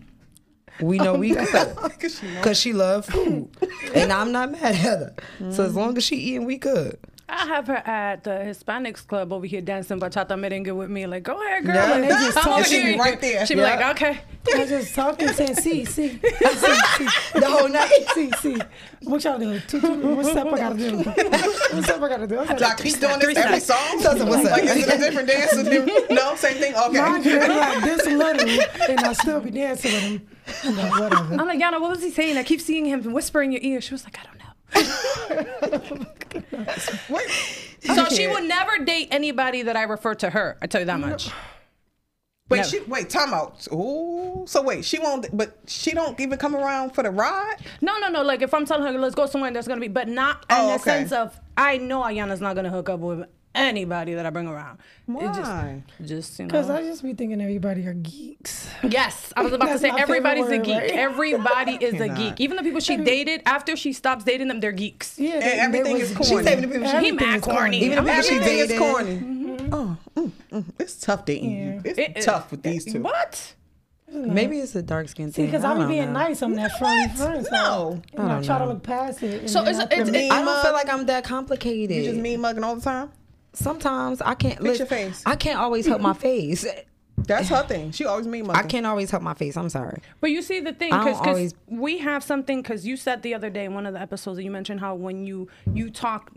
Speaker 3: we know we good.
Speaker 2: 'Cause she know.
Speaker 3: Cause she love food, and I'm not mad at her. So as long as she eating, we good.
Speaker 1: I have her at the Hispanics club over here dancing bachata merengue with me. Like, go ahead, girl.
Speaker 2: Yeah.
Speaker 1: And they just
Speaker 2: And
Speaker 1: I'm over
Speaker 2: she be
Speaker 1: here.
Speaker 2: right there.
Speaker 1: She be
Speaker 2: Yeah.
Speaker 1: like, okay.
Speaker 4: I just talking saying, see, see,
Speaker 3: The whole night.
Speaker 4: see, see. What y'all doing? Two, two, what's up? I gotta do. What's up? I gotta do. I was like,
Speaker 2: Like he's doing this every song.
Speaker 3: Tell us what's up.
Speaker 2: Like is it a different dance? A different- No, same thing.
Speaker 4: mind you,
Speaker 2: Okay.
Speaker 4: they like this little, and I still be dancing with him. I'm like, whatever.
Speaker 1: I'm like, Yana, what was he saying? I keep seeing him whisper in your ear. She was like, I don't know.
Speaker 2: Wait.
Speaker 1: So she would never date anybody that I refer to her. I tell you that much.
Speaker 2: Wait,
Speaker 1: No.
Speaker 2: she wait, time out. Ooh, so wait, she won't, but she don't even come around for the ride.
Speaker 1: No, no, no. Like if I'm telling her, let's go somewhere, there's gonna be, but not in
Speaker 2: Oh,
Speaker 1: the
Speaker 2: okay.
Speaker 1: sense of I know Ayana's not gonna hook up with anybody that I bring around. It
Speaker 2: Why?
Speaker 1: Just, just you
Speaker 4: Cause
Speaker 1: know.
Speaker 4: I just be thinking everybody are geeks.
Speaker 1: Yes, I was about to
Speaker 4: That's
Speaker 1: say
Speaker 4: my favorite
Speaker 1: everybody's a
Speaker 4: word,
Speaker 1: geek.
Speaker 4: right?
Speaker 1: Everybody is a
Speaker 2: Cannot.
Speaker 1: geek. Even the people she dated after she stops dating them, they're geeks.
Speaker 4: Yeah,
Speaker 2: And everything
Speaker 4: was
Speaker 2: is
Speaker 4: geeks.
Speaker 2: corny.
Speaker 3: She's saving the people. She,
Speaker 1: He mad
Speaker 4: Everything's
Speaker 1: corny.
Speaker 4: corny.
Speaker 3: even the people she
Speaker 2: Everything is
Speaker 3: dated.
Speaker 2: corny. Oh, mm, mm. it's tough dating you. It's
Speaker 1: It- it-
Speaker 2: tough with these two.
Speaker 1: What?
Speaker 3: Maybe it's a dark skin thing.
Speaker 4: Because
Speaker 3: I
Speaker 4: I be
Speaker 3: don't
Speaker 4: being
Speaker 3: know.
Speaker 4: nice. I'm that friendly friend. So
Speaker 2: No,
Speaker 4: you know, I try to look past it. and
Speaker 1: So
Speaker 4: then
Speaker 1: it's-
Speaker 4: I
Speaker 1: it's-
Speaker 4: commit.
Speaker 1: it's-
Speaker 3: I don't feel like I'm that complicated.
Speaker 2: you just mean mugging all the time.
Speaker 3: Sometimes I can't.
Speaker 2: Fix
Speaker 3: look,
Speaker 2: your face.
Speaker 3: I can't always help my face.
Speaker 2: That's her thing. She always mean
Speaker 3: I
Speaker 2: mugging.
Speaker 3: can't always help my face. I'm sorry.
Speaker 1: But you see the thing,
Speaker 3: I don't
Speaker 1: because
Speaker 3: always-
Speaker 1: we have something. Because you said the other day in one of the episodes that you mentioned how when you you talk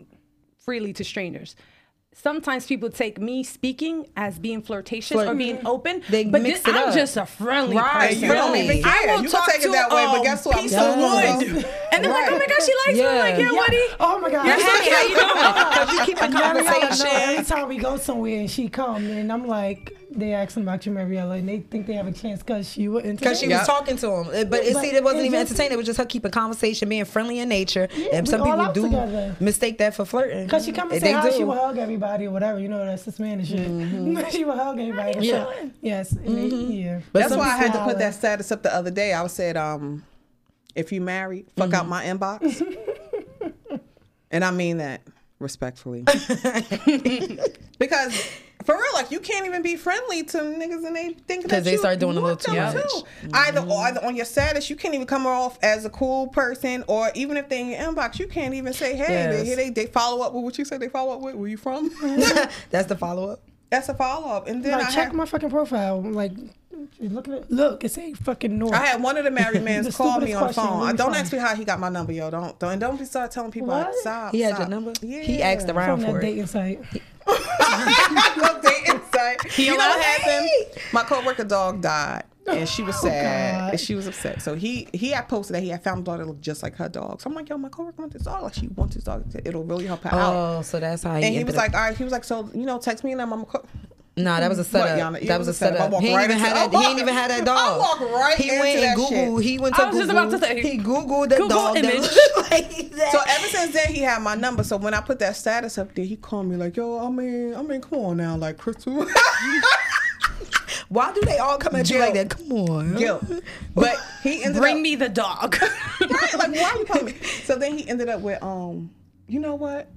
Speaker 1: freely to strangers. Sometimes people take me speaking as being flirtatious
Speaker 3: Flirt.
Speaker 1: or being open,
Speaker 3: They
Speaker 1: but
Speaker 3: mix
Speaker 1: this,
Speaker 3: it
Speaker 1: I'm
Speaker 3: up.
Speaker 1: just a friendly
Speaker 3: Right,
Speaker 1: person.
Speaker 3: you don't even
Speaker 1: I
Speaker 2: care.
Speaker 1: will
Speaker 2: You can
Speaker 1: talk
Speaker 2: take it
Speaker 1: to
Speaker 2: that way, but
Speaker 1: um,
Speaker 2: guess what? I'm
Speaker 1: Piece
Speaker 2: done.
Speaker 1: of wood, and they're like, "Oh my god, she likes me!" I'm like,
Speaker 3: Yeah.
Speaker 1: "Yeah, Woody,
Speaker 4: Oh my God.
Speaker 1: you're happy? How you doing?"
Speaker 3: you keep a
Speaker 4: Mariella, no,
Speaker 3: conversation.
Speaker 4: every time we go somewhere and she come, and I'm like, they asked him about Jamariella and they think they have a chance because she was into
Speaker 3: Because she
Speaker 4: it.
Speaker 2: Yeah.
Speaker 3: was talking to him, Uh, but it,
Speaker 4: but
Speaker 3: see, it wasn't
Speaker 4: it's
Speaker 3: even
Speaker 4: just-
Speaker 3: entertaining. It was just her keeping conversation, being friendly in nature, and
Speaker 4: we
Speaker 3: some
Speaker 4: all
Speaker 3: people
Speaker 4: out
Speaker 3: do
Speaker 4: together.
Speaker 3: mistake that for flirting.
Speaker 4: Cause she come and
Speaker 3: They
Speaker 4: say hi, she
Speaker 3: do.
Speaker 4: will hug everybody or whatever. You know that's this man and shit. she will hug everybody.
Speaker 3: Yeah.
Speaker 4: So, yes. and they- yeah.
Speaker 3: But
Speaker 2: That's
Speaker 3: some
Speaker 2: why I had to
Speaker 4: people-
Speaker 2: put that status up the other day. I said, um, if you marry, fuck out my
Speaker 3: Mm-hmm.
Speaker 2: inbox. and I mean that respectfully. because for real, like you can't even be friendly to niggas and they think that
Speaker 3: 'Cause they
Speaker 2: you
Speaker 3: start doing a little
Speaker 2: want
Speaker 3: too
Speaker 2: them
Speaker 3: much. Mm-hmm.
Speaker 2: Either or either on your status, you can't even come off as a cool person, or even if they in your inbox, you can't even say, hey, they,
Speaker 3: Yes.
Speaker 2: they, they follow up with what you said they follow up with. Where you from?
Speaker 3: That's the follow up.
Speaker 2: That's a follow up. And then
Speaker 4: Like
Speaker 2: I
Speaker 4: check
Speaker 2: had-
Speaker 4: my fucking profile. Like look at it. Look, it's a fucking north.
Speaker 2: I had one of the married men
Speaker 4: The
Speaker 2: call me
Speaker 4: stupidest
Speaker 2: on the
Speaker 4: question,
Speaker 2: phone.
Speaker 4: where
Speaker 2: I
Speaker 4: you
Speaker 2: don't
Speaker 4: from?
Speaker 2: ask me how he got my number, yo. Don't don't and don't be start telling people
Speaker 4: What?
Speaker 2: stop.
Speaker 3: He had
Speaker 2: stop.
Speaker 3: your number.
Speaker 2: Yeah.
Speaker 3: He asked around
Speaker 4: from
Speaker 3: for
Speaker 4: that
Speaker 3: it.
Speaker 4: dating site.
Speaker 2: Go dating site. you know
Speaker 3: allowed-
Speaker 2: what happened? My coworker dog died. And she
Speaker 3: Oh,
Speaker 2: was sad.
Speaker 4: God.
Speaker 2: and she was upset. So he he had posted that he had found a dog that looked just like her dog. So I'm like, yo, my coworker wants this dog. Like she wants this dog. It'll really help her out.
Speaker 3: Oh, so that's how he.
Speaker 2: And he
Speaker 3: ended
Speaker 2: was
Speaker 3: up-
Speaker 2: like, all right. He was like, so you know, text me and I'm. I'm co-
Speaker 3: Nah, that was a setup.
Speaker 2: Yana? It
Speaker 3: that was a setup.
Speaker 2: I walked
Speaker 3: He ain't
Speaker 2: right
Speaker 3: even
Speaker 2: into- I
Speaker 3: had that. He ain't
Speaker 2: walked-
Speaker 3: even had
Speaker 2: I
Speaker 3: that dog.
Speaker 2: walked right
Speaker 3: He
Speaker 2: into
Speaker 3: went and
Speaker 2: that shit.
Speaker 3: Google. He went to
Speaker 1: I was just
Speaker 3: Google.
Speaker 1: about to say,
Speaker 3: he Googled the
Speaker 1: Google
Speaker 3: dog. that
Speaker 1: image.
Speaker 3: looked like that.
Speaker 2: So eh, ever since then, he had my number. So when I put that status up there, he called me like, "Yo, I mean, I mean, come on now, like Crystal."
Speaker 3: Why do they all come at you
Speaker 2: Guilt.
Speaker 3: like that? Come on.
Speaker 2: Yo, but he ended
Speaker 1: Bring
Speaker 2: up,
Speaker 1: me the dog.
Speaker 2: right, like, why are you calling me? So then he ended up with, um, you know what?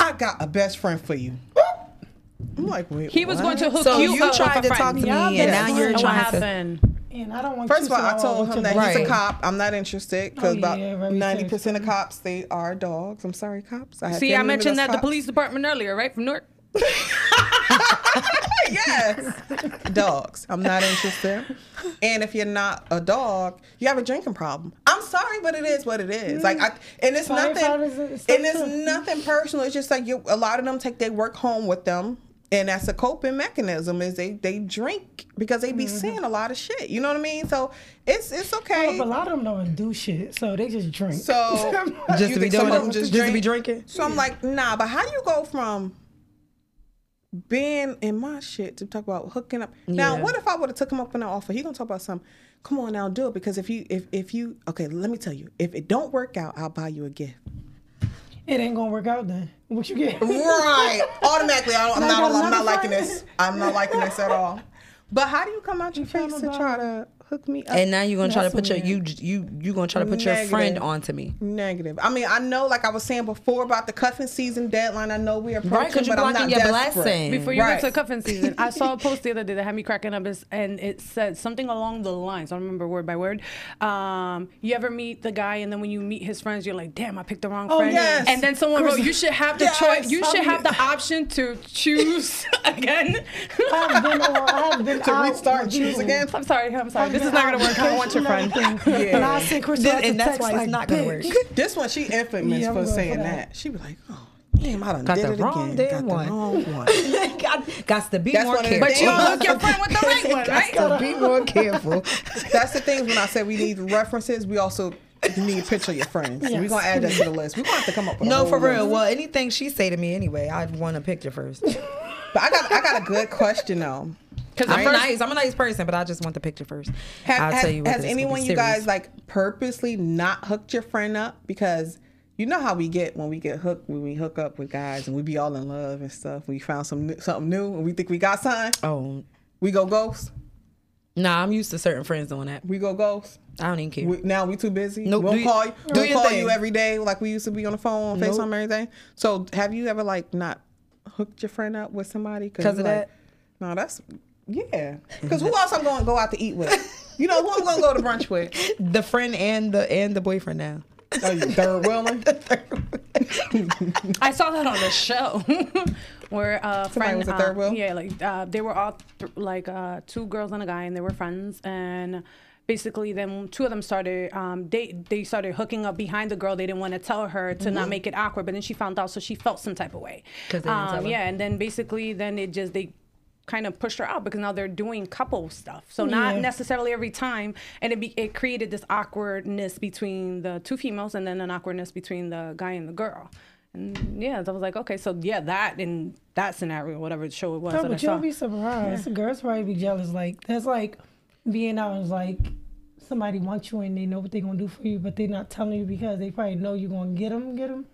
Speaker 2: I got a best friend for you. I'm like, wait.
Speaker 1: He was going to hook
Speaker 3: So
Speaker 1: you,
Speaker 3: you
Speaker 1: up
Speaker 3: tried
Speaker 1: with
Speaker 3: to
Speaker 1: a
Speaker 3: talk
Speaker 1: friend.
Speaker 3: to me,
Speaker 1: Yeah,
Speaker 3: and
Speaker 1: that's
Speaker 2: now
Speaker 1: fine.
Speaker 2: you're
Speaker 1: And
Speaker 3: trying
Speaker 1: what
Speaker 3: to-
Speaker 1: happened?
Speaker 4: And I don't want
Speaker 2: First
Speaker 4: you,
Speaker 2: of all,
Speaker 4: so
Speaker 2: I
Speaker 4: don't
Speaker 2: told
Speaker 4: want
Speaker 2: him
Speaker 4: your
Speaker 2: that
Speaker 4: dog.
Speaker 2: he's
Speaker 3: Right.
Speaker 2: a cop. I'm not interested
Speaker 4: Oh,
Speaker 2: because about
Speaker 4: yeah, very
Speaker 2: ninety percent of cops they are dogs. I'm sorry, cops. I have
Speaker 1: See, I
Speaker 2: family members
Speaker 1: mentioned that
Speaker 2: that's
Speaker 1: the
Speaker 2: cops.
Speaker 1: police department earlier, right? From Newark.
Speaker 2: yes. Dogs. I'm not interested. And if you're not a dog, you have a drinking problem. I'm sorry, but it is what it is. Like, I, and it's
Speaker 4: Sorry, sorry,
Speaker 2: nothing.
Speaker 4: it's- it's
Speaker 2: And
Speaker 4: like
Speaker 2: it's
Speaker 4: that.
Speaker 2: nothing personal. It's just like you. A lot of them take their work home with them. And that's a coping mechanism is they, they drink because they be seeing a lot of shit. You know what I mean? So it's it's okay.
Speaker 4: Oh, But a lot of them don't do shit, so they just drink.
Speaker 2: So
Speaker 3: Just
Speaker 2: you
Speaker 3: to be
Speaker 2: think some
Speaker 3: doing
Speaker 2: of them
Speaker 3: it. Just to be drinking.
Speaker 2: So I'm like, nah, but how do you go from being in my shit to talk about hooking up? Now,
Speaker 3: Yeah.
Speaker 2: what if I would have took him up on the offer? He gonna talk about some. Come on now, do it because if you if if you okay, let me tell you, if it don't work out, I'll buy you a gift.
Speaker 4: it ain't gonna work out then. What you get?
Speaker 2: Right, automatically, I don't, I'm
Speaker 4: Now you
Speaker 2: not I'm
Speaker 4: got
Speaker 2: not
Speaker 4: another
Speaker 2: liking
Speaker 4: friend?
Speaker 2: this. I'm not liking this at all. But how do you come out your
Speaker 4: found
Speaker 2: face
Speaker 4: a
Speaker 2: to
Speaker 4: dog.
Speaker 2: try to hook me up?
Speaker 3: And now you're gonna try to put
Speaker 4: That's
Speaker 3: your you you you gonna try to put your
Speaker 2: Negative.
Speaker 3: friend onto me.
Speaker 2: Negative. I mean, I know, like I was saying before about the cuffing season deadline. I know we are approaching,
Speaker 3: Right, because you're
Speaker 2: but I'm
Speaker 3: blocking
Speaker 2: not
Speaker 3: your
Speaker 2: desperate.
Speaker 3: blessing.
Speaker 1: Before you
Speaker 2: Right.
Speaker 1: get to cuffing season, I saw a post the other day that had me cracking up, is- and it said something along the lines. I don't remember word by word. Um, you ever meet the guy, and then when you meet his friends, you're like, "Damn, I picked the wrong friend."
Speaker 2: Oh, yes.
Speaker 1: And then someone wrote, "You should have the
Speaker 2: Yes.
Speaker 1: choice. You should
Speaker 2: I'm-
Speaker 1: have the option to choose again."
Speaker 4: I've been on, I've been
Speaker 2: to
Speaker 4: out
Speaker 2: restart
Speaker 4: with
Speaker 2: choose
Speaker 4: you.
Speaker 2: again. Oh,
Speaker 1: I'm sorry. I'm sorry.
Speaker 4: I've
Speaker 1: This
Speaker 4: been
Speaker 1: is not
Speaker 4: out
Speaker 1: gonna work. I
Speaker 4: with
Speaker 1: don't want your friend.
Speaker 4: everything. And I sent Chris
Speaker 3: This-
Speaker 4: out
Speaker 3: and
Speaker 4: the
Speaker 3: that's
Speaker 4: text
Speaker 3: why it's
Speaker 4: like,
Speaker 3: not gonna work.
Speaker 4: "Bitch."
Speaker 2: This one, she infamous
Speaker 4: Yeah, I'm
Speaker 2: for
Speaker 4: going for
Speaker 2: saying
Speaker 4: that.
Speaker 2: that. She was like, oh, damn, I done
Speaker 3: Got
Speaker 2: did
Speaker 3: the
Speaker 2: it
Speaker 3: wrong
Speaker 2: again.
Speaker 3: damn
Speaker 2: Got
Speaker 3: one.
Speaker 2: the wrong one.
Speaker 3: got, got to be
Speaker 2: That's
Speaker 3: more
Speaker 2: one of the
Speaker 3: careful.
Speaker 2: But you things.
Speaker 1: hook your friend with the right one, right?
Speaker 3: Got to be more careful.
Speaker 2: That's the thing when I said we need references, we also need a picture of your friends. We're going to add that to the list. We're going to have to come up with a
Speaker 3: No,
Speaker 2: whole
Speaker 3: for real.
Speaker 2: list.
Speaker 3: Well, anything she say to me anyway, I'd want a picture first.
Speaker 2: But I got, I got a good question, though.
Speaker 3: I'm nice. I'm a nice person, but I just want the picture first.
Speaker 2: Have,
Speaker 3: I'll
Speaker 2: has,
Speaker 3: tell you. whether
Speaker 2: has
Speaker 3: it's gonna be
Speaker 2: anyone you
Speaker 3: serious.
Speaker 2: guys like purposely not hooked your friend up because you know how we get when we get hooked when we hook up with guys and we be all in love and stuff. We found some new- something new and we think we got something.
Speaker 3: Oh,
Speaker 2: We go ghost.
Speaker 3: nah. I'm used to certain friends doing that.
Speaker 2: We go ghost.
Speaker 3: I don't even care.
Speaker 2: We, now we too busy.
Speaker 3: Nope,
Speaker 2: we'll
Speaker 3: do you-
Speaker 2: call you.
Speaker 3: do
Speaker 2: we'll
Speaker 3: your
Speaker 2: call
Speaker 3: thing.
Speaker 2: you every day like we used to be on the phone,
Speaker 3: Nope.
Speaker 2: FaceTime, everything. So have you ever like not hooked your friend up with somebody
Speaker 3: 'Cause of
Speaker 2: you
Speaker 3: that?
Speaker 2: No, that's yeah. Because who else I'm going to go out to eat with? You know who I'm going to go to brunch with?
Speaker 3: the friend and the and the boyfriend now.
Speaker 2: Oh, you third wheeling.
Speaker 1: I saw that on the show where uh, friend,
Speaker 2: was a third
Speaker 1: uh,
Speaker 2: wheel?
Speaker 1: yeah, like uh, they were all th- like uh, two girls and a guy, and they were friends. And basically, then two of them started um, they they started hooking up behind the girl. They didn't want to tell her to not make it awkward, but then she found out, so she felt some type of way.
Speaker 3: Mm-hmm. 'Cause
Speaker 1: Um,
Speaker 3: they didn't tell her.
Speaker 1: yeah, and then basically, then it just they kind of pushed her out because now they're doing couple stuff. So not
Speaker 4: Yeah.
Speaker 1: necessarily every time, and it be, it created this awkwardness between the two females, and then an awkwardness between the guy and the girl. And yeah, so I was like, okay, so yeah, that in that scenario, whatever show it was
Speaker 4: No,
Speaker 1: that I
Speaker 4: but you'll
Speaker 1: saw.
Speaker 4: be surprised. Girls probably be jealous. Like that's like being out is like somebody wants you and they know what they're gonna do for you, but they're not telling you because they probably know you're gonna get them, get them.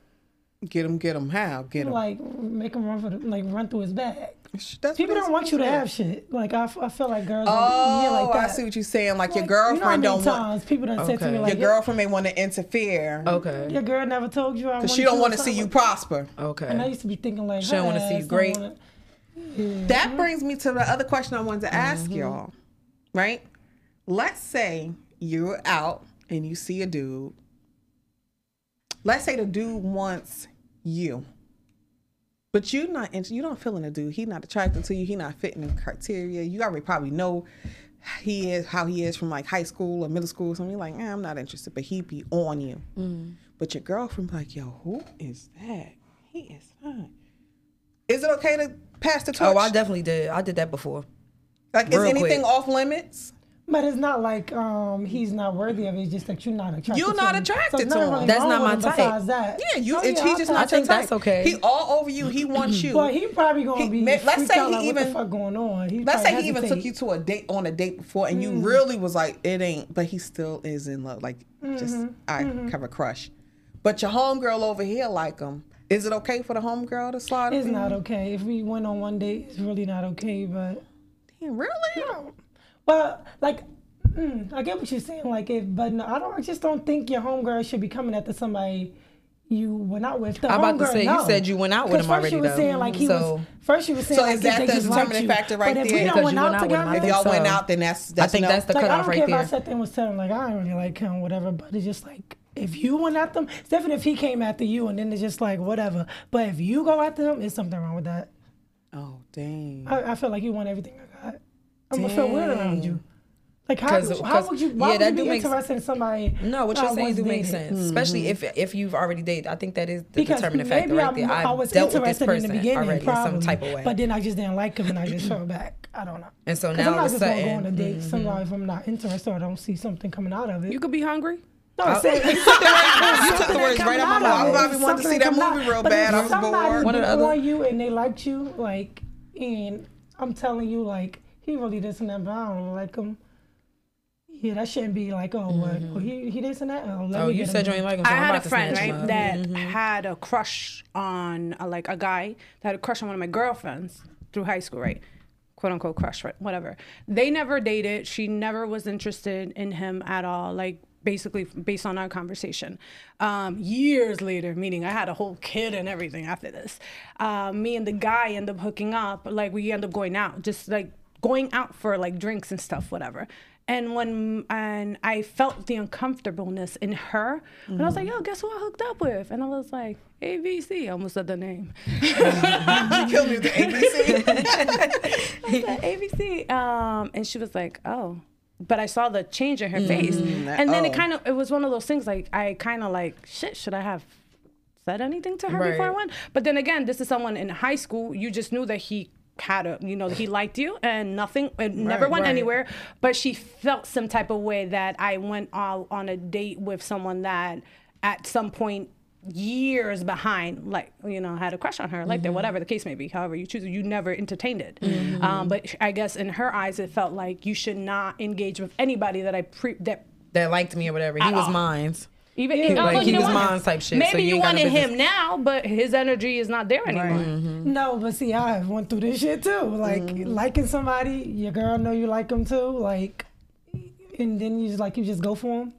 Speaker 2: Get him, get him. How? Get him.
Speaker 4: Like make them run for the, like run through his bag.
Speaker 2: That's
Speaker 4: People
Speaker 2: what
Speaker 4: don't want
Speaker 2: it's-
Speaker 4: you to have shit. Like I, f- I feel like girls.
Speaker 2: Oh,
Speaker 4: don't, yeah, like
Speaker 2: I
Speaker 4: that.
Speaker 2: see what you're saying. Like, your
Speaker 4: Like, you know how
Speaker 2: girlfriend
Speaker 4: many
Speaker 2: don't want
Speaker 4: times people done said to me
Speaker 3: Okay.
Speaker 4: like
Speaker 2: your girlfriend may want to interfere
Speaker 3: Okay.
Speaker 4: Your girl never told you I
Speaker 2: because
Speaker 4: wanted
Speaker 2: she don't
Speaker 4: or
Speaker 2: want to see
Speaker 4: something
Speaker 2: you
Speaker 4: like-
Speaker 2: prosper.
Speaker 4: And I
Speaker 3: Okay.
Speaker 4: used to be thinking like
Speaker 3: She don't wanna
Speaker 4: her
Speaker 3: see you
Speaker 4: ass don't
Speaker 3: great.
Speaker 4: wanna- Yeah.
Speaker 2: That brings me to the other question I wanted to
Speaker 3: Mm-hmm.
Speaker 2: ask y'all. Right? Let's say you're out and you see a dude. Let's say the dude wants you, but you're not. int- You don't feeling the dude. He not attracted to you. He not fitting the criteria. You already probably know he is how he is from like high school or middle school. So you're like, eh, I'm not interested. But he be on you.
Speaker 3: Mm.
Speaker 2: But your girlfriend be like, Yo, who is that? He is fine. Is it okay to pass the torch?
Speaker 3: Oh, I definitely did. I did that before.
Speaker 2: Like, is
Speaker 3: Real
Speaker 2: anything
Speaker 3: quick.
Speaker 2: off limits?
Speaker 4: But it's not like um he's not worthy of it. It's just that you're not attracted.
Speaker 2: You're
Speaker 4: to
Speaker 2: not
Speaker 4: him.
Speaker 2: attracted
Speaker 4: it's
Speaker 2: to
Speaker 4: nothing
Speaker 2: him.
Speaker 4: really
Speaker 3: That's
Speaker 4: wrong
Speaker 3: not
Speaker 4: with
Speaker 3: my type.
Speaker 4: him Besides that,
Speaker 2: Yeah, you.
Speaker 4: Oh,
Speaker 2: it's, he's just
Speaker 4: I
Speaker 2: not
Speaker 4: thought-
Speaker 2: your
Speaker 3: think that's
Speaker 2: type.
Speaker 3: okay.
Speaker 2: He all over you. He wants you.
Speaker 4: But he probably gonna
Speaker 2: He-
Speaker 4: be.
Speaker 2: man, let's
Speaker 4: freaked
Speaker 2: say
Speaker 4: out,
Speaker 2: he
Speaker 4: like,
Speaker 2: even-
Speaker 4: what the fuck going on. He
Speaker 2: Let's say
Speaker 4: probably
Speaker 2: he even took
Speaker 4: hesitate.
Speaker 2: you to a date on a date before, and you really was like, it ain't. But he still is in love. Like, just I have a crush. But your homegirl over here like him. Is it okay for the homegirl to Mm-hmm. slide?
Speaker 4: It's
Speaker 2: up in-
Speaker 4: not okay. If we went on one date, it's really not okay. But
Speaker 2: Damn, really?
Speaker 4: no. But like, mm, I get what you're saying. Like, if but no, I don't. I just don't think your homegirl should be coming after somebody you went out with. The
Speaker 3: I'm about to
Speaker 4: homegirl,
Speaker 3: say, you
Speaker 4: no.
Speaker 3: said you went out with
Speaker 4: 'Cause
Speaker 3: him
Speaker 4: first
Speaker 3: already,
Speaker 4: you was
Speaker 3: though.
Speaker 4: saying like he
Speaker 3: So-
Speaker 4: was. First you was saying
Speaker 2: So
Speaker 4: like
Speaker 2: is
Speaker 4: if
Speaker 2: that
Speaker 4: they
Speaker 2: the
Speaker 4: just liked
Speaker 2: determining
Speaker 4: you.
Speaker 2: factor right
Speaker 4: but if
Speaker 2: there?
Speaker 4: we don't
Speaker 3: Because
Speaker 4: went
Speaker 3: you went
Speaker 4: out
Speaker 3: out with him, I
Speaker 4: together,
Speaker 2: If y'all
Speaker 3: So,
Speaker 2: went out, then that's
Speaker 3: I
Speaker 2: that's
Speaker 3: think
Speaker 2: no.
Speaker 3: that's the
Speaker 4: like, I
Speaker 3: cutoff
Speaker 4: don't
Speaker 3: right
Speaker 4: care
Speaker 3: there.
Speaker 4: if I sat there and was telling like I don't really like him, whatever. But it's just like if you went at them, it's different if he came after you, and then it's just like whatever. But if you go after him, it's something wrong with that.
Speaker 2: oh dang.
Speaker 4: I, I feel like you want everything I got. I'm gonna feel weird around you. Like how,
Speaker 3: 'Cause-
Speaker 4: would you-
Speaker 3: 'cause-
Speaker 4: how would you? Why
Speaker 3: yeah,
Speaker 4: would
Speaker 3: that
Speaker 4: you
Speaker 3: do
Speaker 4: be
Speaker 3: make-
Speaker 4: interested in somebody?
Speaker 3: No, what you're
Speaker 4: I
Speaker 3: saying
Speaker 4: once
Speaker 3: do make
Speaker 4: dated?
Speaker 3: sense, especially
Speaker 2: Hmm.
Speaker 3: if if you've already dated. I think that is the
Speaker 4: Because
Speaker 3: determining
Speaker 4: maybe
Speaker 3: factor right
Speaker 4: I'm-
Speaker 3: there.
Speaker 4: I was
Speaker 3: I've dealt with this
Speaker 4: interested in the
Speaker 3: person
Speaker 4: beginning,
Speaker 3: already
Speaker 4: probably,
Speaker 3: in some type of way,
Speaker 4: But then I just didn't like him, and I just fell back. I don't know.
Speaker 3: and so
Speaker 4: 'Cause
Speaker 3: now
Speaker 4: I'm
Speaker 3: all
Speaker 4: not
Speaker 3: of a
Speaker 4: just gonna go on a
Speaker 3: sudden, Mm-hmm.
Speaker 4: date somebody if I'm not interested or don't see something coming out of it.
Speaker 1: You could be hungry.
Speaker 4: no, I said
Speaker 2: you took Uh, the words right out of my mouth. I probably wanted to see that movie real bad. I was bored.
Speaker 4: One
Speaker 3: One
Speaker 4: of
Speaker 3: or the other.
Speaker 4: on you and they liked you, like, and I'm telling you, like, he really this and that, but I don't like him. Yeah, that shouldn't be like, oh, what?
Speaker 1: Mm-hmm.
Speaker 4: Oh, he he this and that. Oh, let
Speaker 3: oh,
Speaker 4: me
Speaker 3: you
Speaker 4: get
Speaker 3: said you
Speaker 4: him.
Speaker 3: ain't like him. So
Speaker 1: I
Speaker 3: I'm
Speaker 1: had a
Speaker 3: about to
Speaker 1: friend
Speaker 3: snatch him
Speaker 1: right
Speaker 3: up.
Speaker 1: that had a crush on uh, like a guy that had a crush on one of my girlfriends through high school, right? Quote unquote crush, right? Whatever. They never dated. She never was interested in him at all. Like basically based on our conversation. Um, years later, meaning I had a whole kid and everything after this. Uh, me and the guy end up hooking up. Like we end up going out, just like going out for like drinks and stuff, whatever. And when and I felt the uncomfortableness in her, and I was like, "Yo, guess who I hooked up with?" And I was like, "ABC." I almost said the name.
Speaker 2: You killed me with the ABC.
Speaker 1: I said, ABC. Um, and she was like, "Oh," but I saw the change in her face,
Speaker 2: that-
Speaker 1: and then it
Speaker 2: oh.
Speaker 1: kind of it was one of those things like I kind of like shit. Should I have? Said anything to her before I
Speaker 3: Right.
Speaker 1: went, but then again, this is someone in high school. You just knew that he had a, you know, he liked you, and nothing, it never
Speaker 3: Right,
Speaker 1: went
Speaker 3: right.
Speaker 1: anywhere. But she felt some type of way that I went all on a date with someone that, at some point, years behind, like you know, had a crush on her, like
Speaker 3: Mm-hmm.
Speaker 1: that, whatever the case may be. However you choose, it, you never entertained it. Um, but I guess in her eyes, it felt like you should not engage with anybody that I pre that
Speaker 3: that liked me or whatever. He
Speaker 1: At
Speaker 3: was
Speaker 1: all.
Speaker 3: mine.
Speaker 1: even
Speaker 4: Yeah,
Speaker 1: although
Speaker 4: like,
Speaker 1: you
Speaker 4: he
Speaker 1: don't
Speaker 4: was
Speaker 1: want-
Speaker 3: mine type shit, so
Speaker 1: Maybe
Speaker 3: you
Speaker 1: you,
Speaker 3: ain't got no
Speaker 1: wanted him now, but his energy is not there anymore.
Speaker 4: No, but see, I went through this shit too. Like
Speaker 1: Mm-hmm.
Speaker 4: liking somebody, your girl know you like them too. Like, and then you just like you just go for them.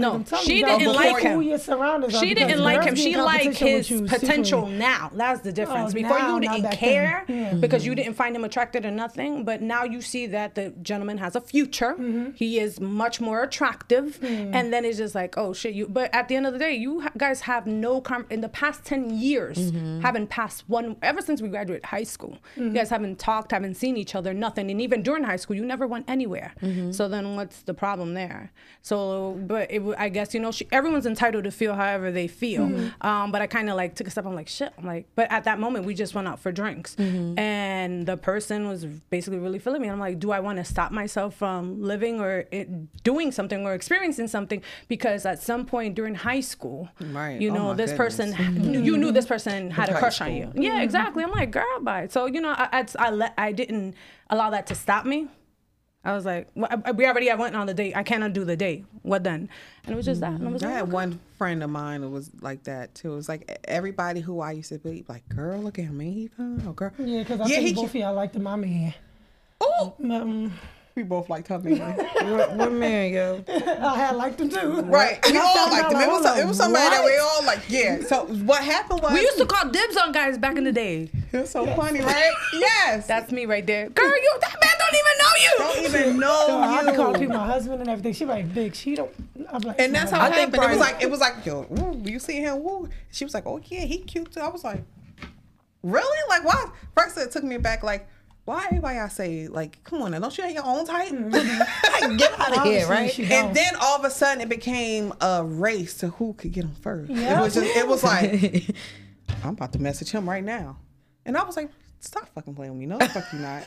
Speaker 1: No,
Speaker 4: Tell me
Speaker 1: she
Speaker 4: about
Speaker 1: didn't like
Speaker 4: Who
Speaker 1: him.
Speaker 4: your surroundings are
Speaker 1: She
Speaker 4: because
Speaker 1: didn't like
Speaker 4: girls
Speaker 1: him.
Speaker 4: be in
Speaker 1: She liked
Speaker 4: competition
Speaker 1: his
Speaker 4: with you
Speaker 1: potential
Speaker 4: secretly.
Speaker 1: now. That's the difference.
Speaker 4: Oh,
Speaker 1: Before
Speaker 4: now,
Speaker 1: you
Speaker 4: not
Speaker 1: didn't
Speaker 4: back
Speaker 1: care
Speaker 4: then. Yeah.
Speaker 1: because you didn't find him attracted or nothing, but now you see that the gentleman has a future.
Speaker 4: Mm-hmm.
Speaker 1: He is much more attractive,
Speaker 4: Mm.
Speaker 1: and then it's just like, oh shit. You. But at the end of the day, you ha- guys have no com- in the past ten years
Speaker 4: Mm-hmm.
Speaker 1: haven't passed one ever since we graduated high school. You guys haven't talked, haven't seen each other, nothing,
Speaker 4: Mm-hmm.
Speaker 1: and even during high school, you never went anywhere. So then, what's the problem there? So, but it w- I guess you know she, everyone's entitled to feel however they feel.
Speaker 2: Mm-hmm.
Speaker 1: Um, but I kind of like took a step. I'm like shit. I'm like, but at that moment we just went out for drinks,
Speaker 2: Mm-hmm.
Speaker 1: and the person was basically really feeling me. I'm like, do I want to stop myself from living or it, doing something or experiencing something because at some point during high school,
Speaker 2: Right.
Speaker 1: you
Speaker 2: Oh
Speaker 1: know
Speaker 2: my
Speaker 1: this person
Speaker 2: goodness. Mm-hmm.
Speaker 1: ha- you knew this person had a
Speaker 2: high
Speaker 1: crush on
Speaker 2: school. Mm-hmm.
Speaker 1: you. Yeah, exactly. I'm like, girl, bye. So you know, I I, I, let, I didn't allow that to stop me. I was like, well, I- I- we already went on the date. I can't undo the date. What then? And it was just that. And I was
Speaker 2: Mm, I
Speaker 1: like,
Speaker 2: had
Speaker 1: okay.
Speaker 2: one friend of mine who was like that too. It was like e-, everybody who I used to be like, girl, look at me, he fine. Oh, girl.
Speaker 4: Yeah, because I
Speaker 2: Yeah, he
Speaker 4: think
Speaker 2: can-
Speaker 4: both of y'all liked my man.
Speaker 2: Oh,
Speaker 4: Um,
Speaker 2: we both liked her man.
Speaker 3: What, what man, yo?
Speaker 4: I had liked him too.
Speaker 2: right. We all
Speaker 4: found
Speaker 2: liked
Speaker 4: out,
Speaker 2: him.
Speaker 4: like,
Speaker 2: It was,
Speaker 4: I was
Speaker 2: it was somebody
Speaker 4: like,
Speaker 2: that we all like. Yeah. So what happened was
Speaker 1: we used to call dibs on guys back in the day.
Speaker 2: it was so funny, right? Yes.
Speaker 1: That's me right there. Girl, you that man don't even know you.
Speaker 2: don't even know
Speaker 4: So I had to call
Speaker 2: you.
Speaker 4: people my husband and everything. She like, big, she don't. I'm like,
Speaker 2: And that's how
Speaker 3: I
Speaker 2: it
Speaker 3: think
Speaker 2: happened. It was
Speaker 3: Brian-
Speaker 2: like it was like yo, ooh, you see him? Woo. She was like, oh yeah, he cute too. I was like, really? Like why? First it took me back. Like why? Everybody I say like, come on now, don't you have your own type?
Speaker 3: Mm-hmm.
Speaker 2: Get
Speaker 3: Oh,
Speaker 2: out of
Speaker 4: Honestly,
Speaker 2: here, right?
Speaker 4: she don't.
Speaker 2: And then all of a sudden it became a race to who could get him first.
Speaker 4: Yeah.
Speaker 2: It was just it was like I'm about to message him right now, and I was like. Stop fucking playing with me. No, fuck you not.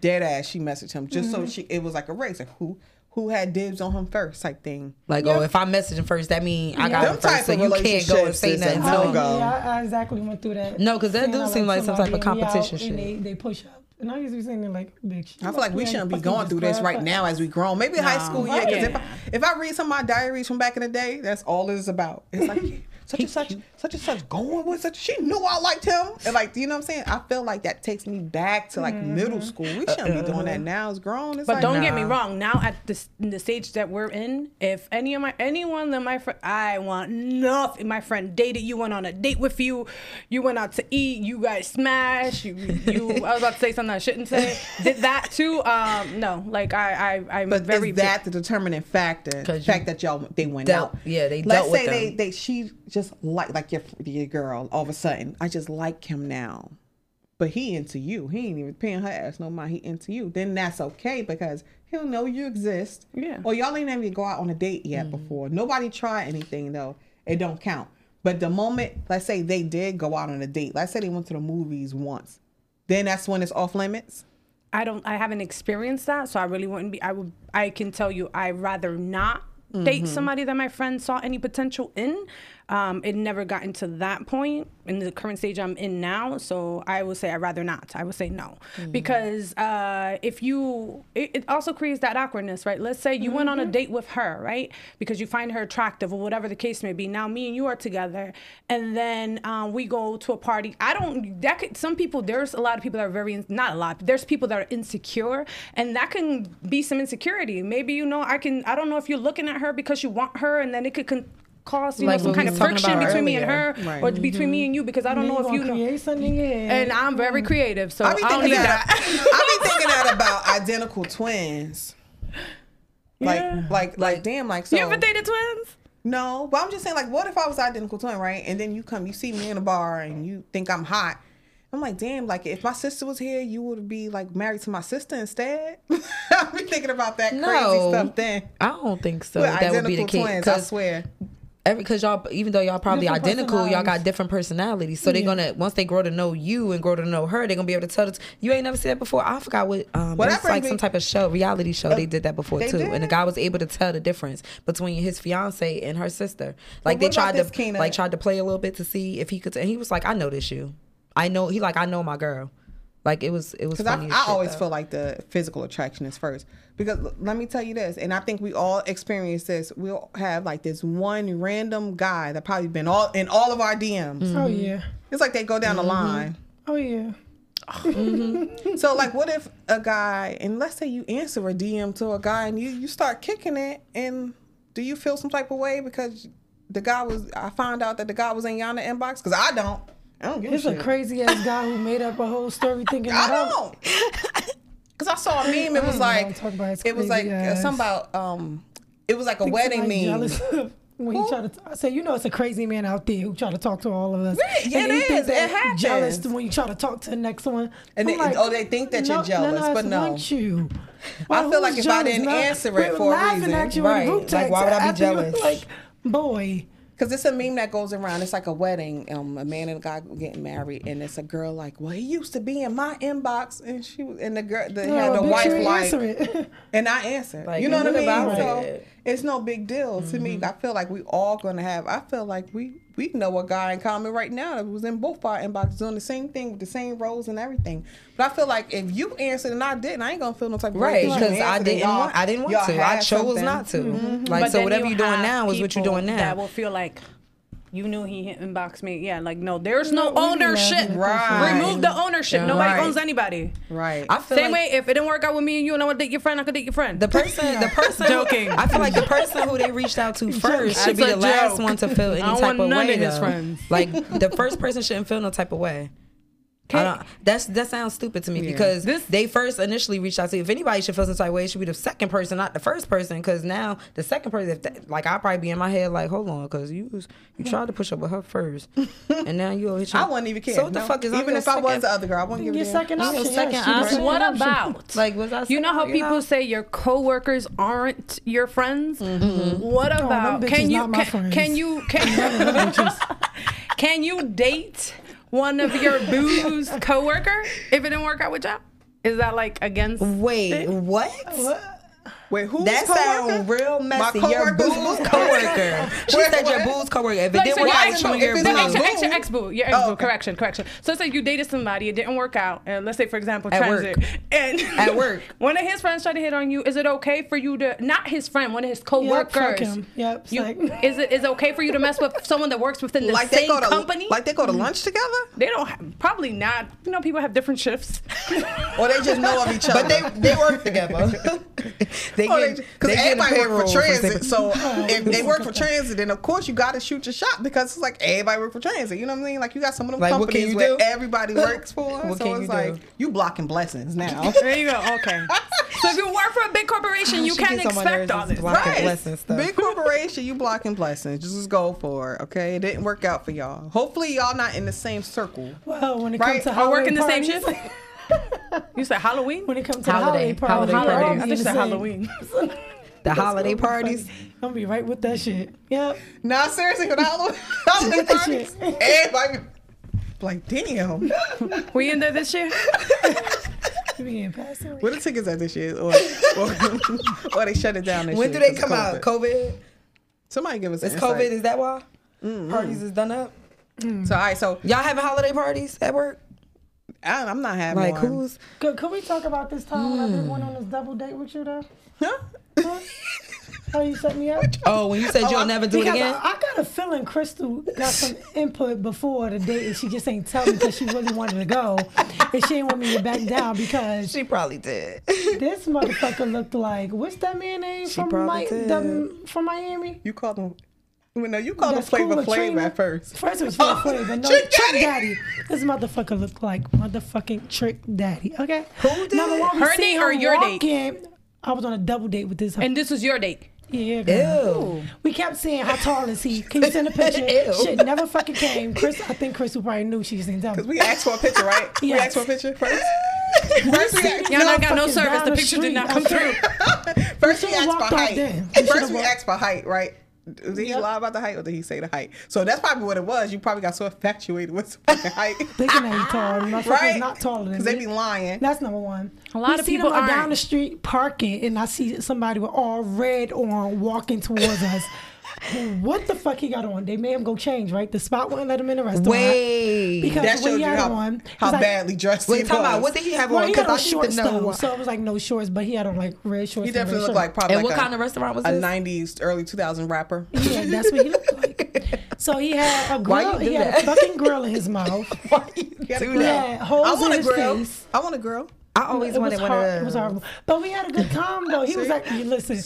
Speaker 2: Dead ass. She messaged him just
Speaker 4: Mm-hmm.
Speaker 2: so she. It was like a race. Like who, who had dibs on him first, type thing.
Speaker 3: Like, oh, if I message him first, that mean I got
Speaker 2: Them
Speaker 3: him first,
Speaker 2: type
Speaker 3: so
Speaker 2: of
Speaker 3: you can't go and
Speaker 2: relationships
Speaker 3: say
Speaker 2: is a
Speaker 3: nothing.
Speaker 2: no
Speaker 3: to
Speaker 4: Oh,
Speaker 3: him.
Speaker 2: go.
Speaker 4: Yeah, I, I exactly went through that.
Speaker 3: No, 'cause that
Speaker 4: Saying
Speaker 3: do
Speaker 4: I
Speaker 3: seem like some
Speaker 4: somebody
Speaker 3: type of
Speaker 4: and we out
Speaker 3: competition
Speaker 4: and
Speaker 3: shit.
Speaker 4: They, they push up. And I used to be saying that, like, big.
Speaker 2: I feel like we shouldn't be going through this right now as we grown. Maybe high school, yeah. Because if, I, if I read some of my diaries from back in the day, that's all it is about. It's like yeah, such and such, such and such going with such. She knew I liked him, and like you know what I'm saying. I feel like that takes me back to like middle school. We shouldn't be doing that now as grown. It's
Speaker 1: But
Speaker 2: like,
Speaker 1: don't get me wrong. Now at this in the stage that we're in, if any of my anyone that my friend, I want nothing. My friend dated you, went on a date with you, you went out to eat, you guys smashed. You, you I was about to say something I shouldn't say. Did that too? Um, no. Like I, I, I'm
Speaker 2: But
Speaker 1: very
Speaker 2: is that the determining factor? The
Speaker 3: 'Cause
Speaker 2: fact
Speaker 3: you
Speaker 2: that y'all they went
Speaker 3: dealt-
Speaker 2: out.
Speaker 3: yeah, they
Speaker 2: Let's
Speaker 3: dealt with
Speaker 2: say they
Speaker 3: them.
Speaker 2: they she just like like your your girl. All of a sudden, I just like him now, but he into you. He ain't even paying her ass no mind. He into you. Then that's okay because he'll know you exist.
Speaker 1: Yeah.
Speaker 2: Or y'all ain't even go out on a date
Speaker 3: Mm.
Speaker 2: yet before. Nobody tried anything though. It don't count. But the moment, let's say they did go out on a date. Let's say they went to the movies once. Then that's when it's off limits.
Speaker 1: I don't I haven't experienced that, so I really wouldn't be I would I can tell you I'd rather not date somebody that my friend saw any potential in. Um, it never gotten to that point in the current stage I'm in now, so I would say I'd rather not. I would say no. Because uh, if you it, it also creates that awkwardness, right? Let's say you went on a date with her, right? Because you find her attractive or whatever the case may be. Now me and you are together and then um, we go to a party. I don't that could some people there's a lot of people that are very in- not a lot but there's people that are insecure and that can be some insecurity maybe you know i can i don't know if you're looking at her because you want her and then it could con- cause you
Speaker 3: Like
Speaker 1: know some
Speaker 3: what
Speaker 1: kind
Speaker 3: we
Speaker 1: of
Speaker 3: was talking
Speaker 1: friction
Speaker 3: about
Speaker 1: between me and her
Speaker 3: earlier.
Speaker 2: Right.
Speaker 1: or between me and you because i don't know if you know
Speaker 4: create something, yeah.
Speaker 1: and i'm very creative so
Speaker 2: I
Speaker 1: i,
Speaker 2: be
Speaker 1: don't
Speaker 2: thinking
Speaker 1: need
Speaker 2: that.
Speaker 1: that,
Speaker 2: I be thinking that about identical twins. Like,
Speaker 1: Yeah.
Speaker 2: like, like, damn, like, so.
Speaker 1: you ever dated twins
Speaker 2: No, but I'm just saying, like, what if I was identical twin, right? And then you come, you see me in a bar, and you think I'm hot. I'm like, damn, like, if my sister was here, you would be like married to my sister instead. I be thinking about that crazy
Speaker 3: No.
Speaker 2: stuff then.
Speaker 3: I don't think so.
Speaker 1: Uh,
Speaker 2: We're
Speaker 3: that would be the
Speaker 2: identical
Speaker 3: case.
Speaker 2: twins, I swear.
Speaker 3: every because y'all even though y'all probably
Speaker 4: Different
Speaker 3: identical y'all got
Speaker 4: personalities.
Speaker 3: different personalities so they're gonna once they grow to know you and grow to know her they're gonna be able to tell us you ain't never seen that before i forgot what um
Speaker 2: Well, that
Speaker 3: it's like
Speaker 2: brings me-
Speaker 3: some type of show reality show they did that before
Speaker 2: they
Speaker 3: too and the
Speaker 2: did?
Speaker 3: guy was able to tell the difference between his fiance and her sister like they
Speaker 2: what about
Speaker 3: tried to
Speaker 2: this, Keena?
Speaker 3: like tried to play a little bit to see if he could and he was like i know this you i know he like i know my girl like it was it was
Speaker 2: Because
Speaker 3: funny
Speaker 2: I,
Speaker 3: as
Speaker 2: I
Speaker 3: shit,
Speaker 2: always
Speaker 3: though.
Speaker 2: feel like the physical attraction is first. Because l- let me tell you this, and I think we all experience this. We'll have like this one random guy that probably been all in all of our
Speaker 3: Mm.
Speaker 2: DMs.
Speaker 4: Oh,
Speaker 3: Mm-hmm.
Speaker 4: yeah.
Speaker 2: It's like they go down the line.
Speaker 4: Oh, yeah.
Speaker 2: So like, what if a guy and let's say you answer a DM to a guy and you you start kicking it, and do you feel some type of way because the guy was? I found out that the guy was in Yana inbox because I don't. I don't give
Speaker 4: It's
Speaker 2: a
Speaker 4: a
Speaker 2: shit.
Speaker 4: crazy ass guy who made up a whole story thinking
Speaker 2: I
Speaker 4: that I
Speaker 2: don't. Because I saw a meme. It was like
Speaker 4: Talk about his
Speaker 2: it was like
Speaker 4: crazy
Speaker 2: uh, something about um. It was like a wedding
Speaker 4: somebody
Speaker 2: meme.
Speaker 4: jealous of When he
Speaker 2: Who?
Speaker 4: try to, I say, you know, it's a crazy man out there who try to talk to all of us.
Speaker 2: Right, yeah,
Speaker 4: And
Speaker 2: it
Speaker 4: he think
Speaker 2: is,
Speaker 4: that
Speaker 2: it happens.
Speaker 4: Jealous when you try to talk to the next one.
Speaker 2: And
Speaker 4: I'm
Speaker 2: they- oh, they think that you're jealous,
Speaker 4: I
Speaker 2: but no.
Speaker 4: want you.
Speaker 2: I feel like
Speaker 4: who's
Speaker 2: if I
Speaker 4: jealous?
Speaker 2: didn't
Speaker 4: Nah,
Speaker 2: answer it
Speaker 4: we
Speaker 2: for a
Speaker 4: laughing
Speaker 2: reason.
Speaker 4: At you in the
Speaker 3: Right.
Speaker 4: group
Speaker 3: Like,
Speaker 4: text
Speaker 3: why would I be
Speaker 4: after you-
Speaker 3: jealous?
Speaker 4: Like, boy.
Speaker 2: Because it's a meme that goes around. It's like a wedding. Um, a man and a guy getting married, and it's a girl like, "Well, he used to be in my inbox," and she was, and the girl, the, had
Speaker 4: Oh,
Speaker 2: the
Speaker 4: bitch, you
Speaker 2: wife
Speaker 4: ain't
Speaker 2: like,
Speaker 4: answer it.
Speaker 2: and I answered.
Speaker 3: Like,
Speaker 2: you know
Speaker 3: and
Speaker 2: what I mean?
Speaker 3: what about
Speaker 2: so
Speaker 3: it? Mm-hmm.
Speaker 2: it's no big deal to me. I feel like we all gonna have. I feel like we we know a guy in common right now that was in both our inbox doing the same thing with the same roles and everything. But I feel like if you answered and I didn't, I ain't gonna feel no type of way
Speaker 3: Right,
Speaker 2: 'cause you
Speaker 3: because I
Speaker 2: answered and
Speaker 3: didn't
Speaker 2: y'all-
Speaker 3: want, I didn't want
Speaker 2: y'all
Speaker 3: to. I
Speaker 2: had
Speaker 3: chose
Speaker 2: something. Mm-hmm.
Speaker 3: not to. Like,
Speaker 1: But
Speaker 3: so
Speaker 1: then
Speaker 3: whatever
Speaker 1: you
Speaker 3: you're doing
Speaker 1: have
Speaker 3: now is what you're
Speaker 1: people
Speaker 3: doing now.
Speaker 1: That will feel like you knew he inboxed me. Yeah, like no, there's no
Speaker 4: No, we be
Speaker 1: ownership.
Speaker 4: laughing
Speaker 2: Right.
Speaker 1: Remove the ownership. Nobody
Speaker 3: Right.
Speaker 1: owns anybody.
Speaker 2: Right.
Speaker 3: I feel
Speaker 1: Same
Speaker 3: like
Speaker 1: way, if it didn't work out with me and you, and I want to date your friend, I could date your friend.
Speaker 3: the person, the person,
Speaker 1: Joking.
Speaker 3: I feel like the person who they reached out to first should
Speaker 1: That's
Speaker 3: be
Speaker 1: a
Speaker 3: the last
Speaker 1: joke.
Speaker 3: one to feel any
Speaker 1: I don't
Speaker 3: type
Speaker 1: want
Speaker 3: of
Speaker 1: none
Speaker 3: way.
Speaker 1: of his
Speaker 3: though.
Speaker 1: friends.
Speaker 3: Like, the first person shouldn't feel no type of way. I don't, that's that sounds stupid to me because they first initially reached out to you. If anybody should feel some type of way, it should be the second person, not the first person. Because now the second person, if that, like I probably be in my head like, hold on, because you was, you tried to push up with her first, and now you over here.
Speaker 2: I
Speaker 3: trying-
Speaker 2: wouldn't even care.
Speaker 3: So what the
Speaker 2: No.
Speaker 3: fuck is I'm
Speaker 2: even
Speaker 3: your
Speaker 2: if I was
Speaker 3: second-
Speaker 2: the other girl, I wouldn't give
Speaker 4: Your
Speaker 2: a damn.
Speaker 4: second
Speaker 3: Your
Speaker 4: option.
Speaker 3: second
Speaker 4: yeah, she was
Speaker 3: option.
Speaker 4: second
Speaker 1: what
Speaker 4: option.
Speaker 1: about
Speaker 3: Like, was I
Speaker 1: You know how
Speaker 3: second, you
Speaker 1: people
Speaker 3: know?
Speaker 1: say your coworkers aren't your friends.
Speaker 3: Mm-hmm.
Speaker 1: What about
Speaker 4: Mm-hmm. Oh, bitches
Speaker 1: can you
Speaker 4: not
Speaker 1: can,
Speaker 4: my friends.
Speaker 1: can you can, can you date one of your boo's coworker if it didn't work out with y'all? Is that like against?
Speaker 3: Wait, what?
Speaker 2: Wait, who's
Speaker 3: That sounds
Speaker 2: coworker?
Speaker 3: real messy.
Speaker 2: My
Speaker 3: Your
Speaker 2: coworker's
Speaker 3: boo's
Speaker 2: boo-
Speaker 3: coworker. She said your
Speaker 2: What?
Speaker 3: boo's coworker. If it
Speaker 1: Like,
Speaker 3: didn't
Speaker 1: so
Speaker 3: work
Speaker 1: your
Speaker 3: out
Speaker 2: ex-
Speaker 3: between your
Speaker 2: if it's
Speaker 1: No,
Speaker 2: my
Speaker 1: ex,
Speaker 3: boo,
Speaker 1: your
Speaker 2: boo-
Speaker 1: ex, your ex boo, your ex
Speaker 2: Oh,
Speaker 1: boo.
Speaker 2: okay.
Speaker 1: Correction, correction. So let's say you dated somebody, it didn't work out, and let's say for example,
Speaker 3: At work.
Speaker 1: transit, and
Speaker 3: At work.
Speaker 1: one of his friends tried to hit on you. Is it okay for you to not his friend, one of his
Speaker 4: Yep,
Speaker 1: coworkers?
Speaker 4: fuck him. Yep.
Speaker 1: You,
Speaker 4: psych.
Speaker 1: is it is it okay for you to mess with someone that works within the
Speaker 2: Like they
Speaker 1: same
Speaker 2: go to
Speaker 1: company?
Speaker 2: like they go to lunch together,
Speaker 1: They don't ha probably not. You know, people have different shifts.
Speaker 2: or they just know of each other.
Speaker 3: but they they work together. they get
Speaker 2: because
Speaker 3: they get a
Speaker 2: everybody work
Speaker 3: payroll
Speaker 2: for
Speaker 3: for Oh,
Speaker 2: transit.
Speaker 3: sep-
Speaker 2: so if they work for transit, then of course you got to shoot your shot because it's like everybody work for transit. You know what I mean? Like you got some of them
Speaker 3: Like, what
Speaker 2: companies
Speaker 3: can you
Speaker 2: where
Speaker 3: do?
Speaker 2: everybody works for.
Speaker 3: What
Speaker 2: so
Speaker 3: can
Speaker 2: it's
Speaker 3: you do?
Speaker 2: like you blocking blessings now.
Speaker 1: There you go. Okay. So if you work for a big corporation, you
Speaker 3: she
Speaker 1: can't
Speaker 3: gets on my
Speaker 1: expect
Speaker 3: nerves
Speaker 1: all
Speaker 3: as
Speaker 1: this.
Speaker 3: black. Blocking blessings stuff.
Speaker 2: Big corporation, you blocking blessings. Just go for it. Okay, it didn't work out for y'all. Hopefully y'all not in the same circle.
Speaker 4: Well, when it
Speaker 2: Right,
Speaker 4: comes to
Speaker 2: I
Speaker 1: Or
Speaker 4: holiday
Speaker 1: working the same
Speaker 4: parties,
Speaker 1: shift. You said Halloween.
Speaker 4: When it comes to
Speaker 3: Holiday,
Speaker 4: holiday, parties,
Speaker 3: holiday
Speaker 4: we're all
Speaker 3: parties.
Speaker 1: I
Speaker 4: being
Speaker 1: think you
Speaker 4: the
Speaker 1: said
Speaker 4: same.
Speaker 1: Halloween.
Speaker 3: the holiday parties.
Speaker 4: I'm gonna be right with that shit. Yep.
Speaker 2: Nah, seriously, with all the all the parties, everybody like, damn.
Speaker 1: we in there this year?
Speaker 4: You be getting past it.
Speaker 2: Where the tickets at this year, or or, or they shut it down this
Speaker 3: When
Speaker 2: year
Speaker 3: do they
Speaker 2: 'cause
Speaker 3: come out?
Speaker 2: COVID.
Speaker 3: COVID.
Speaker 2: Somebody give us.
Speaker 3: It's
Speaker 2: It's
Speaker 3: COVID. Is that why
Speaker 2: Mm.
Speaker 3: parties is done up?
Speaker 2: So all right, so
Speaker 3: Y'all having holiday parties at work?
Speaker 2: I, I'm not having
Speaker 3: Like
Speaker 2: one.
Speaker 3: who's?
Speaker 4: Could, could we talk about this time when
Speaker 2: Mm.
Speaker 4: I did one on this double date with you though?
Speaker 2: Huh?
Speaker 4: Huh? How you set me up?
Speaker 3: Oh, when you said you'll
Speaker 2: I-
Speaker 3: never do it
Speaker 4: Because
Speaker 3: again.
Speaker 4: I, I got a feeling Crystal got some input before the date, and she just ain't tell me because she really wanted to go, and she ain't want me to back down because
Speaker 3: She probably did.
Speaker 4: this motherfucker looked like what's that man name from
Speaker 3: probably
Speaker 4: Mi-
Speaker 3: did.
Speaker 4: the- from Miami?
Speaker 2: You called him. Well, no, you called him
Speaker 4: That's
Speaker 2: Flavor
Speaker 4: cool,
Speaker 2: Flav
Speaker 4: Latrina.
Speaker 2: at first.
Speaker 4: First it was Fred
Speaker 2: Oh,
Speaker 4: Flay, but no,
Speaker 2: Trick
Speaker 4: Trick,
Speaker 2: Daddy.
Speaker 4: Daddy. This motherfucker looked like motherfucking Trick Daddy. Okay. Who
Speaker 3: did it?
Speaker 4: we
Speaker 1: Her
Speaker 4: see
Speaker 1: date or
Speaker 4: him
Speaker 1: your date?
Speaker 4: walking- I was on a double date with this.
Speaker 1: And this was your date.
Speaker 4: yeah,
Speaker 3: Ew.
Speaker 4: girl. We kept saying how tall is he? Can you send a picture?
Speaker 3: Ew.
Speaker 4: Shit never fucking came. Chris, I think Chris who probably knew she just didn't tell
Speaker 2: Cause
Speaker 4: me.
Speaker 2: we asked for a picture, right? We
Speaker 4: Yes.
Speaker 2: asked for a picture first. First we asked,
Speaker 1: Y'all
Speaker 2: no,
Speaker 1: not got no
Speaker 4: fucking
Speaker 1: service.
Speaker 4: down
Speaker 1: The
Speaker 4: the
Speaker 1: picture did not come
Speaker 4: street.
Speaker 1: through.
Speaker 2: first we
Speaker 4: should've
Speaker 2: asked
Speaker 4: walked
Speaker 2: for
Speaker 4: off
Speaker 2: height.
Speaker 4: then. We
Speaker 2: First
Speaker 4: should've
Speaker 2: we
Speaker 4: walked-
Speaker 2: asked for height, right? Did he
Speaker 4: Yep.
Speaker 2: lie about the height or did he say the height? So that's probably what it was. You probably got so infatuated with the fucking height.
Speaker 4: Thinking that he tall. Motherfucker's
Speaker 2: right?
Speaker 4: not taller than
Speaker 2: Because
Speaker 4: me.
Speaker 2: they be lying.
Speaker 4: That's number one.
Speaker 1: A lot
Speaker 4: we
Speaker 1: of
Speaker 4: see
Speaker 1: people
Speaker 4: them like,
Speaker 1: aren't.
Speaker 4: down the street parking, and I see somebody with all red on walking towards us. What the fuck he got on? They made him go change, right? The spot wouldn't let him in the restaurant.
Speaker 3: Wait.
Speaker 4: because
Speaker 2: that
Speaker 4: what
Speaker 2: showed
Speaker 4: he
Speaker 2: you
Speaker 4: had
Speaker 2: how,
Speaker 4: on,
Speaker 2: how
Speaker 4: he's like-
Speaker 2: badly dressed he
Speaker 3: Wait, talking
Speaker 2: was.
Speaker 3: about what did he have
Speaker 4: Well,
Speaker 3: on?
Speaker 4: he had on
Speaker 3: Because I need
Speaker 4: shorts
Speaker 3: to know.
Speaker 4: though,
Speaker 3: why.
Speaker 4: so it was like no shorts, but he had on like red shorts.
Speaker 2: He
Speaker 4: and red
Speaker 2: definitely looked
Speaker 4: shorts.
Speaker 2: like probably
Speaker 3: and
Speaker 2: like
Speaker 3: what
Speaker 2: a,
Speaker 3: kind of restaurant was
Speaker 2: a
Speaker 3: this?
Speaker 2: 90s, early 2000 rapper.
Speaker 4: Yeah, that's what he looked like. So he had a
Speaker 3: Why
Speaker 4: grill.
Speaker 3: you do
Speaker 4: He had
Speaker 3: that?
Speaker 4: a fucking grill in his mouth.
Speaker 3: Why you do
Speaker 4: He
Speaker 3: that?
Speaker 4: had holes
Speaker 2: I want
Speaker 4: in
Speaker 2: a
Speaker 4: his
Speaker 2: girl.
Speaker 4: face.
Speaker 2: I want a girl.
Speaker 3: I always
Speaker 4: it was
Speaker 3: wanted one
Speaker 4: hor-
Speaker 3: of
Speaker 4: It was
Speaker 3: those.
Speaker 4: horrible. But we had a good time though. He was like, listen,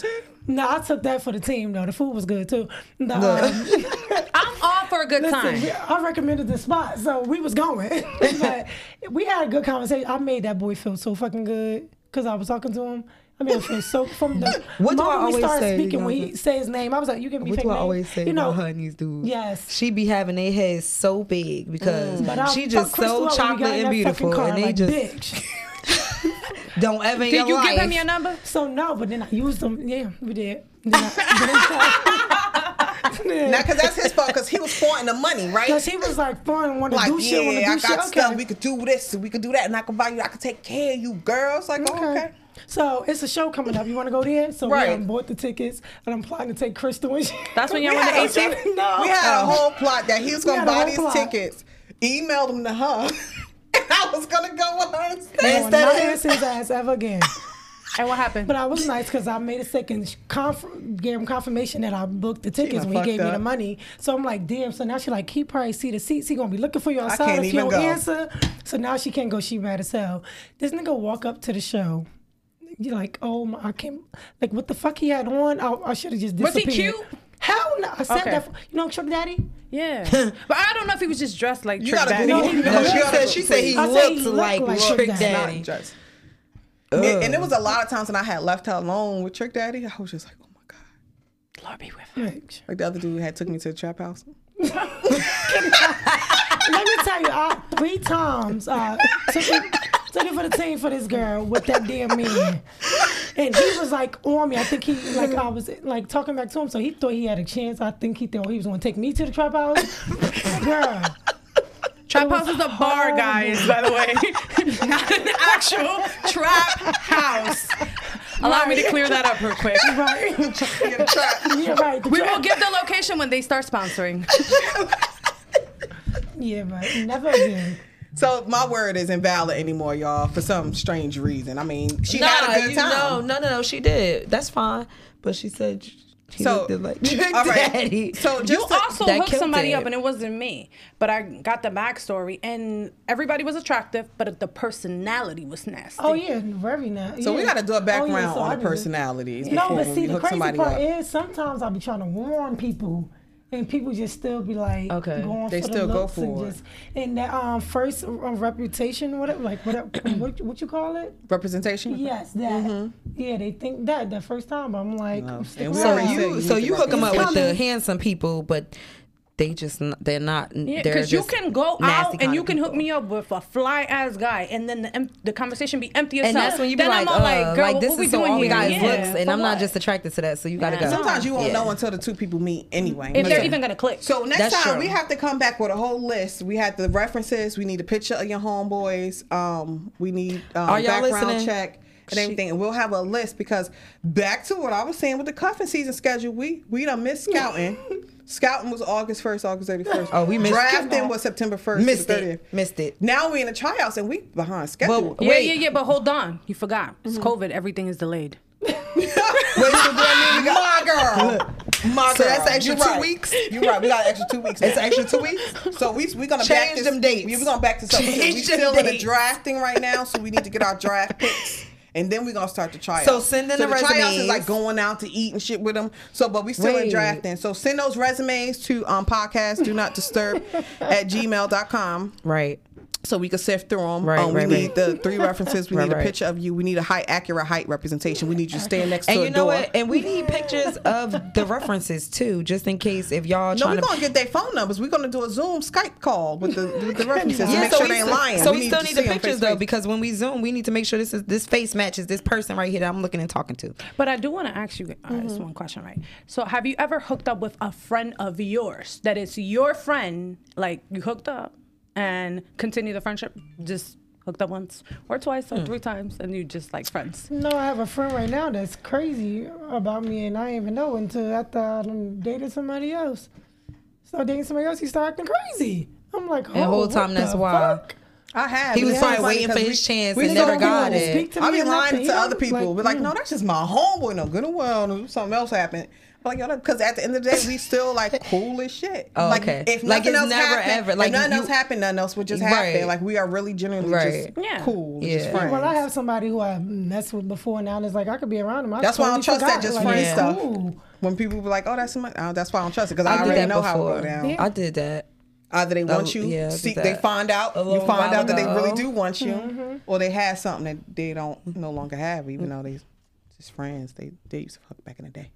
Speaker 4: no, I took that for the team though. The food was good too. The, um,
Speaker 1: I'm all for a good
Speaker 4: Listen, we-
Speaker 1: time.
Speaker 4: I recommended the spot, so we was going. but we had a good conversation. I made that boy feel so fucking good because I was talking to him. I made him feel so from the
Speaker 3: What do I
Speaker 4: moment we
Speaker 3: always
Speaker 4: started
Speaker 3: say,
Speaker 4: speaking, when
Speaker 3: you know,
Speaker 4: he say his name, I was like, "You can be
Speaker 3: What
Speaker 4: fake
Speaker 3: do I
Speaker 4: name.
Speaker 3: always say
Speaker 4: You know,
Speaker 3: about her and these dudes?
Speaker 4: Yes.
Speaker 3: She be having their heads so big because
Speaker 4: Mm. But I
Speaker 3: she
Speaker 4: fucked
Speaker 3: just
Speaker 4: Crystal
Speaker 3: so
Speaker 4: up when we got
Speaker 3: chocolate
Speaker 4: in
Speaker 3: and
Speaker 4: that fucking
Speaker 3: beautiful.
Speaker 4: car,
Speaker 3: and they
Speaker 4: like,
Speaker 3: just
Speaker 4: bitch.
Speaker 3: Don't ever in
Speaker 1: Did
Speaker 3: your
Speaker 1: you give him
Speaker 3: life-
Speaker 1: your number?
Speaker 4: So no, but then I used them. Yeah, we did. Then I- then I-
Speaker 2: Now, because that's his fault, because he was flaunting the money, right?
Speaker 4: Cause he was like fun, want to
Speaker 2: like,
Speaker 4: do shit, want to
Speaker 2: yeah,
Speaker 4: do
Speaker 2: I
Speaker 4: shit.
Speaker 2: got
Speaker 4: Okay.
Speaker 2: stuff. We could do this, we could do that, and I could buy you. I could take care of you, girls. Like, okay. okay.
Speaker 4: So it's a show coming up. You want to go there? So
Speaker 2: Right.
Speaker 4: we um, bought the tickets, and I'm planning to take Crystal and shit.
Speaker 1: That's when
Speaker 4: We
Speaker 1: y'all went to
Speaker 4: had a-
Speaker 1: AC?
Speaker 4: No.
Speaker 2: We had a
Speaker 4: Oh.
Speaker 2: whole plot that he was gonna
Speaker 4: had a
Speaker 2: buy
Speaker 4: whole
Speaker 2: these
Speaker 4: plot.
Speaker 2: tickets, email them to her, and I was gonna go with her
Speaker 4: I
Speaker 2: instead.
Speaker 4: will not ask his ass ever again.
Speaker 1: And what happened?
Speaker 4: But I was nice because I made a second sh- conf- gave him confirmation that I booked the tickets
Speaker 2: done
Speaker 4: when
Speaker 2: fucked
Speaker 4: he gave me
Speaker 2: up.
Speaker 4: the money. So I'm like, damn. So now she like, he probably see the seats. He gonna be looking for you outside
Speaker 2: can't
Speaker 4: if you
Speaker 2: even
Speaker 4: don't
Speaker 2: go.
Speaker 4: answer. So now she can't go. She mad as hell. This nigga walk up to the show. You're like, oh my, I can't. Like, what the fuck he had on? I, I should have just
Speaker 1: Was he
Speaker 4: disappeared.
Speaker 1: cute?
Speaker 4: Hell no! I said
Speaker 1: Okay.
Speaker 4: that. For, you know, Chuck Daddy.
Speaker 1: yeah. but I don't know if he was just dressed like
Speaker 2: You
Speaker 1: Trick
Speaker 2: gotta
Speaker 1: Daddy.
Speaker 2: Google.
Speaker 3: No,
Speaker 2: She gotta
Speaker 3: she said
Speaker 2: go-
Speaker 3: she said he
Speaker 4: I
Speaker 3: looked,
Speaker 4: said he looked
Speaker 3: like,
Speaker 4: like
Speaker 3: Trick
Speaker 4: Trick
Speaker 2: Not
Speaker 3: Daddy.
Speaker 2: just. And, and there was a lot of times when I had left her alone with Trick Daddy. I was just like, oh my god.
Speaker 1: Lord be with him.
Speaker 4: Like,
Speaker 2: Like the other dude had took me to the trap house.
Speaker 4: Let me tell you, I, three times I took it, took it for the team for this girl with that damn man. And he was like on me. I think he like I was like talking back to him, so he thought he had a chance. I think he thought he was gonna take me to the trap house. Girl,
Speaker 1: Trap house is a bar, guys, by the way. Not an actual trap house. Allow me to clear that up real quick.
Speaker 4: right?
Speaker 2: In the trap.
Speaker 4: Yeah, right. The
Speaker 1: We
Speaker 4: trap-
Speaker 1: will give the location when they start sponsoring.
Speaker 4: Yeah, right. Never again.
Speaker 2: So my word is invalid anymore, y'all, for some strange reason. I mean, she had a good
Speaker 3: you-
Speaker 2: time.
Speaker 3: No, no, no, no. She did. That's fine. But she said he
Speaker 2: So,
Speaker 3: looked like Trick
Speaker 2: all right.
Speaker 3: Daddy.
Speaker 2: So
Speaker 1: You
Speaker 2: just to-
Speaker 1: also
Speaker 3: that
Speaker 1: hooked
Speaker 3: killed
Speaker 1: somebody
Speaker 3: it.
Speaker 1: up, and it wasn't me. But I got the backstory, and everybody was attractive, but the personality was nasty.
Speaker 4: Oh yeah, very nice.
Speaker 2: so we
Speaker 4: Yeah.
Speaker 2: got to do
Speaker 4: Oh,
Speaker 2: a
Speaker 4: yeah,
Speaker 2: background
Speaker 4: so I
Speaker 2: on the
Speaker 4: did it.
Speaker 2: personalities
Speaker 4: No,
Speaker 2: before
Speaker 4: but
Speaker 2: we
Speaker 4: see, the
Speaker 2: hook
Speaker 4: crazy
Speaker 2: somebody
Speaker 4: part
Speaker 2: up.
Speaker 4: is sometimes I be trying to warn people, and people just still be like,
Speaker 3: Okay.
Speaker 4: going
Speaker 2: They
Speaker 4: for
Speaker 2: still
Speaker 4: the
Speaker 2: go
Speaker 4: looks
Speaker 2: for it.
Speaker 4: and just and that um first uh, reputation, whatever, like whatever, what what you call it?
Speaker 2: Representation.
Speaker 4: Yes, that. Yeah, they think that the first time. I'm like,
Speaker 2: No. Mm-hmm.
Speaker 4: stick
Speaker 2: And we
Speaker 3: so
Speaker 4: around.
Speaker 2: already said
Speaker 3: you,
Speaker 2: you
Speaker 3: so
Speaker 2: need to
Speaker 3: you hook them up
Speaker 2: represent.
Speaker 3: with the handsome people, but they just n- they're not.
Speaker 1: Yeah,
Speaker 3: they're
Speaker 1: because you
Speaker 3: just
Speaker 1: can go
Speaker 3: nasty
Speaker 1: out
Speaker 3: kind
Speaker 1: and
Speaker 3: of
Speaker 1: you can hook
Speaker 3: people.
Speaker 1: me up with a fly ass guy, and then the, em- the conversation be empty as
Speaker 3: And
Speaker 1: hell.
Speaker 3: that's when you be
Speaker 1: then
Speaker 3: like,
Speaker 1: I'm all
Speaker 3: uh,
Speaker 1: like, girl,
Speaker 3: like
Speaker 1: what,
Speaker 3: this
Speaker 1: what we
Speaker 3: is so
Speaker 1: doing
Speaker 3: all we
Speaker 1: here?
Speaker 3: got
Speaker 1: yeah.
Speaker 3: is looks, and
Speaker 1: for
Speaker 3: I'm
Speaker 1: what?
Speaker 3: not just attracted to that. So you gotta
Speaker 1: Yeah.
Speaker 3: go.
Speaker 2: Sometimes you won't
Speaker 3: Yeah.
Speaker 2: know until the two people meet anyway.
Speaker 1: if they're
Speaker 3: Yeah.
Speaker 1: even gonna click.
Speaker 2: So next
Speaker 3: That's
Speaker 2: time
Speaker 3: true.
Speaker 2: we have to come back with a whole list. We had the references. We need a picture of your homeboys. Um, we need um,
Speaker 3: Are y'all
Speaker 2: background
Speaker 3: listening?
Speaker 2: check and everything. And we'll have a list because back to what I was saying with the cuffing season schedule, we we done missed scouting. scouting was August first, August thirty first.
Speaker 3: Oh, we missed-
Speaker 2: drafting was September first.
Speaker 3: missed
Speaker 2: to the 30th.
Speaker 3: it. Missed it.
Speaker 2: Now we in the tryouts and we behind schedule.
Speaker 3: Well,
Speaker 1: yeah,
Speaker 3: wait. Mm-hmm.
Speaker 1: yeah, yeah. But hold on, you forgot. It's COVID. Everything is delayed.
Speaker 2: my girl. my
Speaker 3: So
Speaker 2: girl.
Speaker 3: that's extra
Speaker 2: You're
Speaker 3: two
Speaker 2: right.
Speaker 3: weeks?
Speaker 2: You're right. We got an extra two weeks. It's an extra two weeks. So we we gonna back
Speaker 3: Change
Speaker 2: this,
Speaker 3: them dates.
Speaker 2: We, are gonna back this up. because we
Speaker 3: Change them
Speaker 2: still in the
Speaker 3: dates.
Speaker 2: drafting right now, so we need to get our draft picks. And then we're gonna start the tryouts.
Speaker 3: So send in
Speaker 2: so
Speaker 3: the
Speaker 2: tryouts is
Speaker 3: resumes.
Speaker 2: like going out to eat and shit with them. So, but we still in
Speaker 3: Wait.
Speaker 2: drafting. So send those resumes to um podcast do not disturb at gmail.com
Speaker 3: Right.
Speaker 2: so we can sift through them.
Speaker 3: Right,
Speaker 2: um, we
Speaker 3: right,
Speaker 2: need
Speaker 3: right.
Speaker 2: the three references. We
Speaker 3: Right,
Speaker 2: need a
Speaker 3: right.
Speaker 2: picture of you. We need a high accurate height representation. We need you to stand next
Speaker 3: And
Speaker 2: to
Speaker 3: you
Speaker 2: a
Speaker 3: know
Speaker 2: door.
Speaker 3: what? And we need pictures of the references too, just in case if y'all
Speaker 2: No,
Speaker 3: trying
Speaker 2: we're
Speaker 3: to.
Speaker 2: gonna get their phone numbers. We're gonna do a Zoom Skype call with the with the references.
Speaker 3: Yeah,
Speaker 2: make
Speaker 3: so
Speaker 2: sure
Speaker 3: we
Speaker 2: they ain't
Speaker 3: still-
Speaker 2: lying.
Speaker 3: So we, still
Speaker 2: to
Speaker 3: need
Speaker 2: see
Speaker 3: the
Speaker 2: 'em face
Speaker 3: pictures
Speaker 2: to
Speaker 3: though,
Speaker 2: face.
Speaker 3: because when we zoom, we need to make sure this is this face matches this person right here that I'm looking and talking to.
Speaker 1: But I do want to ask you guys one question, right? So, have you ever hooked up with a friend of yours that is your friend, like you hooked up and continue the friendship, just hooked up once or twice or three times, and you just like friends?
Speaker 4: No, I have a friend right now that's crazy about me, and I didn't even know until after I done dated somebody else. So dating somebody else, he started acting crazy. I'm like, oh,
Speaker 3: And the whole
Speaker 4: what
Speaker 3: time that's
Speaker 4: the
Speaker 3: why.
Speaker 4: fuck?
Speaker 2: I have.
Speaker 3: He was
Speaker 2: It's
Speaker 3: probably
Speaker 2: funny
Speaker 3: waiting
Speaker 2: 'cause
Speaker 3: for his chance and
Speaker 4: He
Speaker 3: never
Speaker 4: don't
Speaker 3: got
Speaker 4: even
Speaker 3: it.
Speaker 4: speak to
Speaker 2: I
Speaker 4: me
Speaker 2: be
Speaker 4: or nothing.
Speaker 2: lying
Speaker 4: He
Speaker 2: to other
Speaker 4: don't,
Speaker 2: people. We're like,
Speaker 4: mm.
Speaker 2: no, that's just my homeboy. No, good and well. No, something else happened. But like, yo, because at the end of the day, we still like cool as shit.
Speaker 3: Oh,
Speaker 2: like,
Speaker 3: okay.
Speaker 2: If
Speaker 3: Like,
Speaker 2: nothing
Speaker 3: it's
Speaker 2: else
Speaker 3: never
Speaker 2: happened,
Speaker 3: ever-
Speaker 2: if
Speaker 3: like,
Speaker 2: nothing
Speaker 3: you-
Speaker 2: else happened, nothing else would just
Speaker 3: Right.
Speaker 2: happen. Like we are really generally
Speaker 3: Right.
Speaker 2: just
Speaker 1: Yeah.
Speaker 2: cool, just
Speaker 3: Yeah.
Speaker 2: friends.
Speaker 4: Well, I have somebody who I messed with before now, and it's like I could be around him. I
Speaker 2: That's why I
Speaker 4: totally
Speaker 2: don't trust that
Speaker 4: forgot.
Speaker 2: just
Speaker 4: like,
Speaker 2: friend
Speaker 4: it's
Speaker 2: stuff.
Speaker 4: cool.
Speaker 2: When people be like, "Oh, that's my," oh, that's why I don't trust it because
Speaker 3: I,
Speaker 2: I,
Speaker 3: did
Speaker 2: already
Speaker 3: that
Speaker 2: know how it
Speaker 3: before.
Speaker 2: go down.
Speaker 3: I did that.
Speaker 2: Either they want you,
Speaker 3: Oh, yeah, I did
Speaker 2: seek,
Speaker 3: that
Speaker 2: they find out,
Speaker 3: a
Speaker 2: you
Speaker 3: little
Speaker 2: find
Speaker 3: while
Speaker 2: out that they really
Speaker 3: ago. Mm-hmm.
Speaker 2: do want you, or they had something that they don't no longer have, even though they just friends. They they used to fuck back in the day,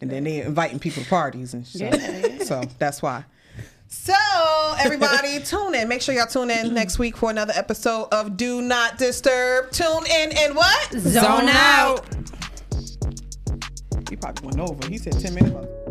Speaker 2: and then they inviting people to parties and shit. So that's why. So So everybody, tune in. Make sure y'all tune in next week for another episode of Do Not Disturb. Tune in and what?
Speaker 3: Zone out.
Speaker 2: He probably went over. He said ten minutes.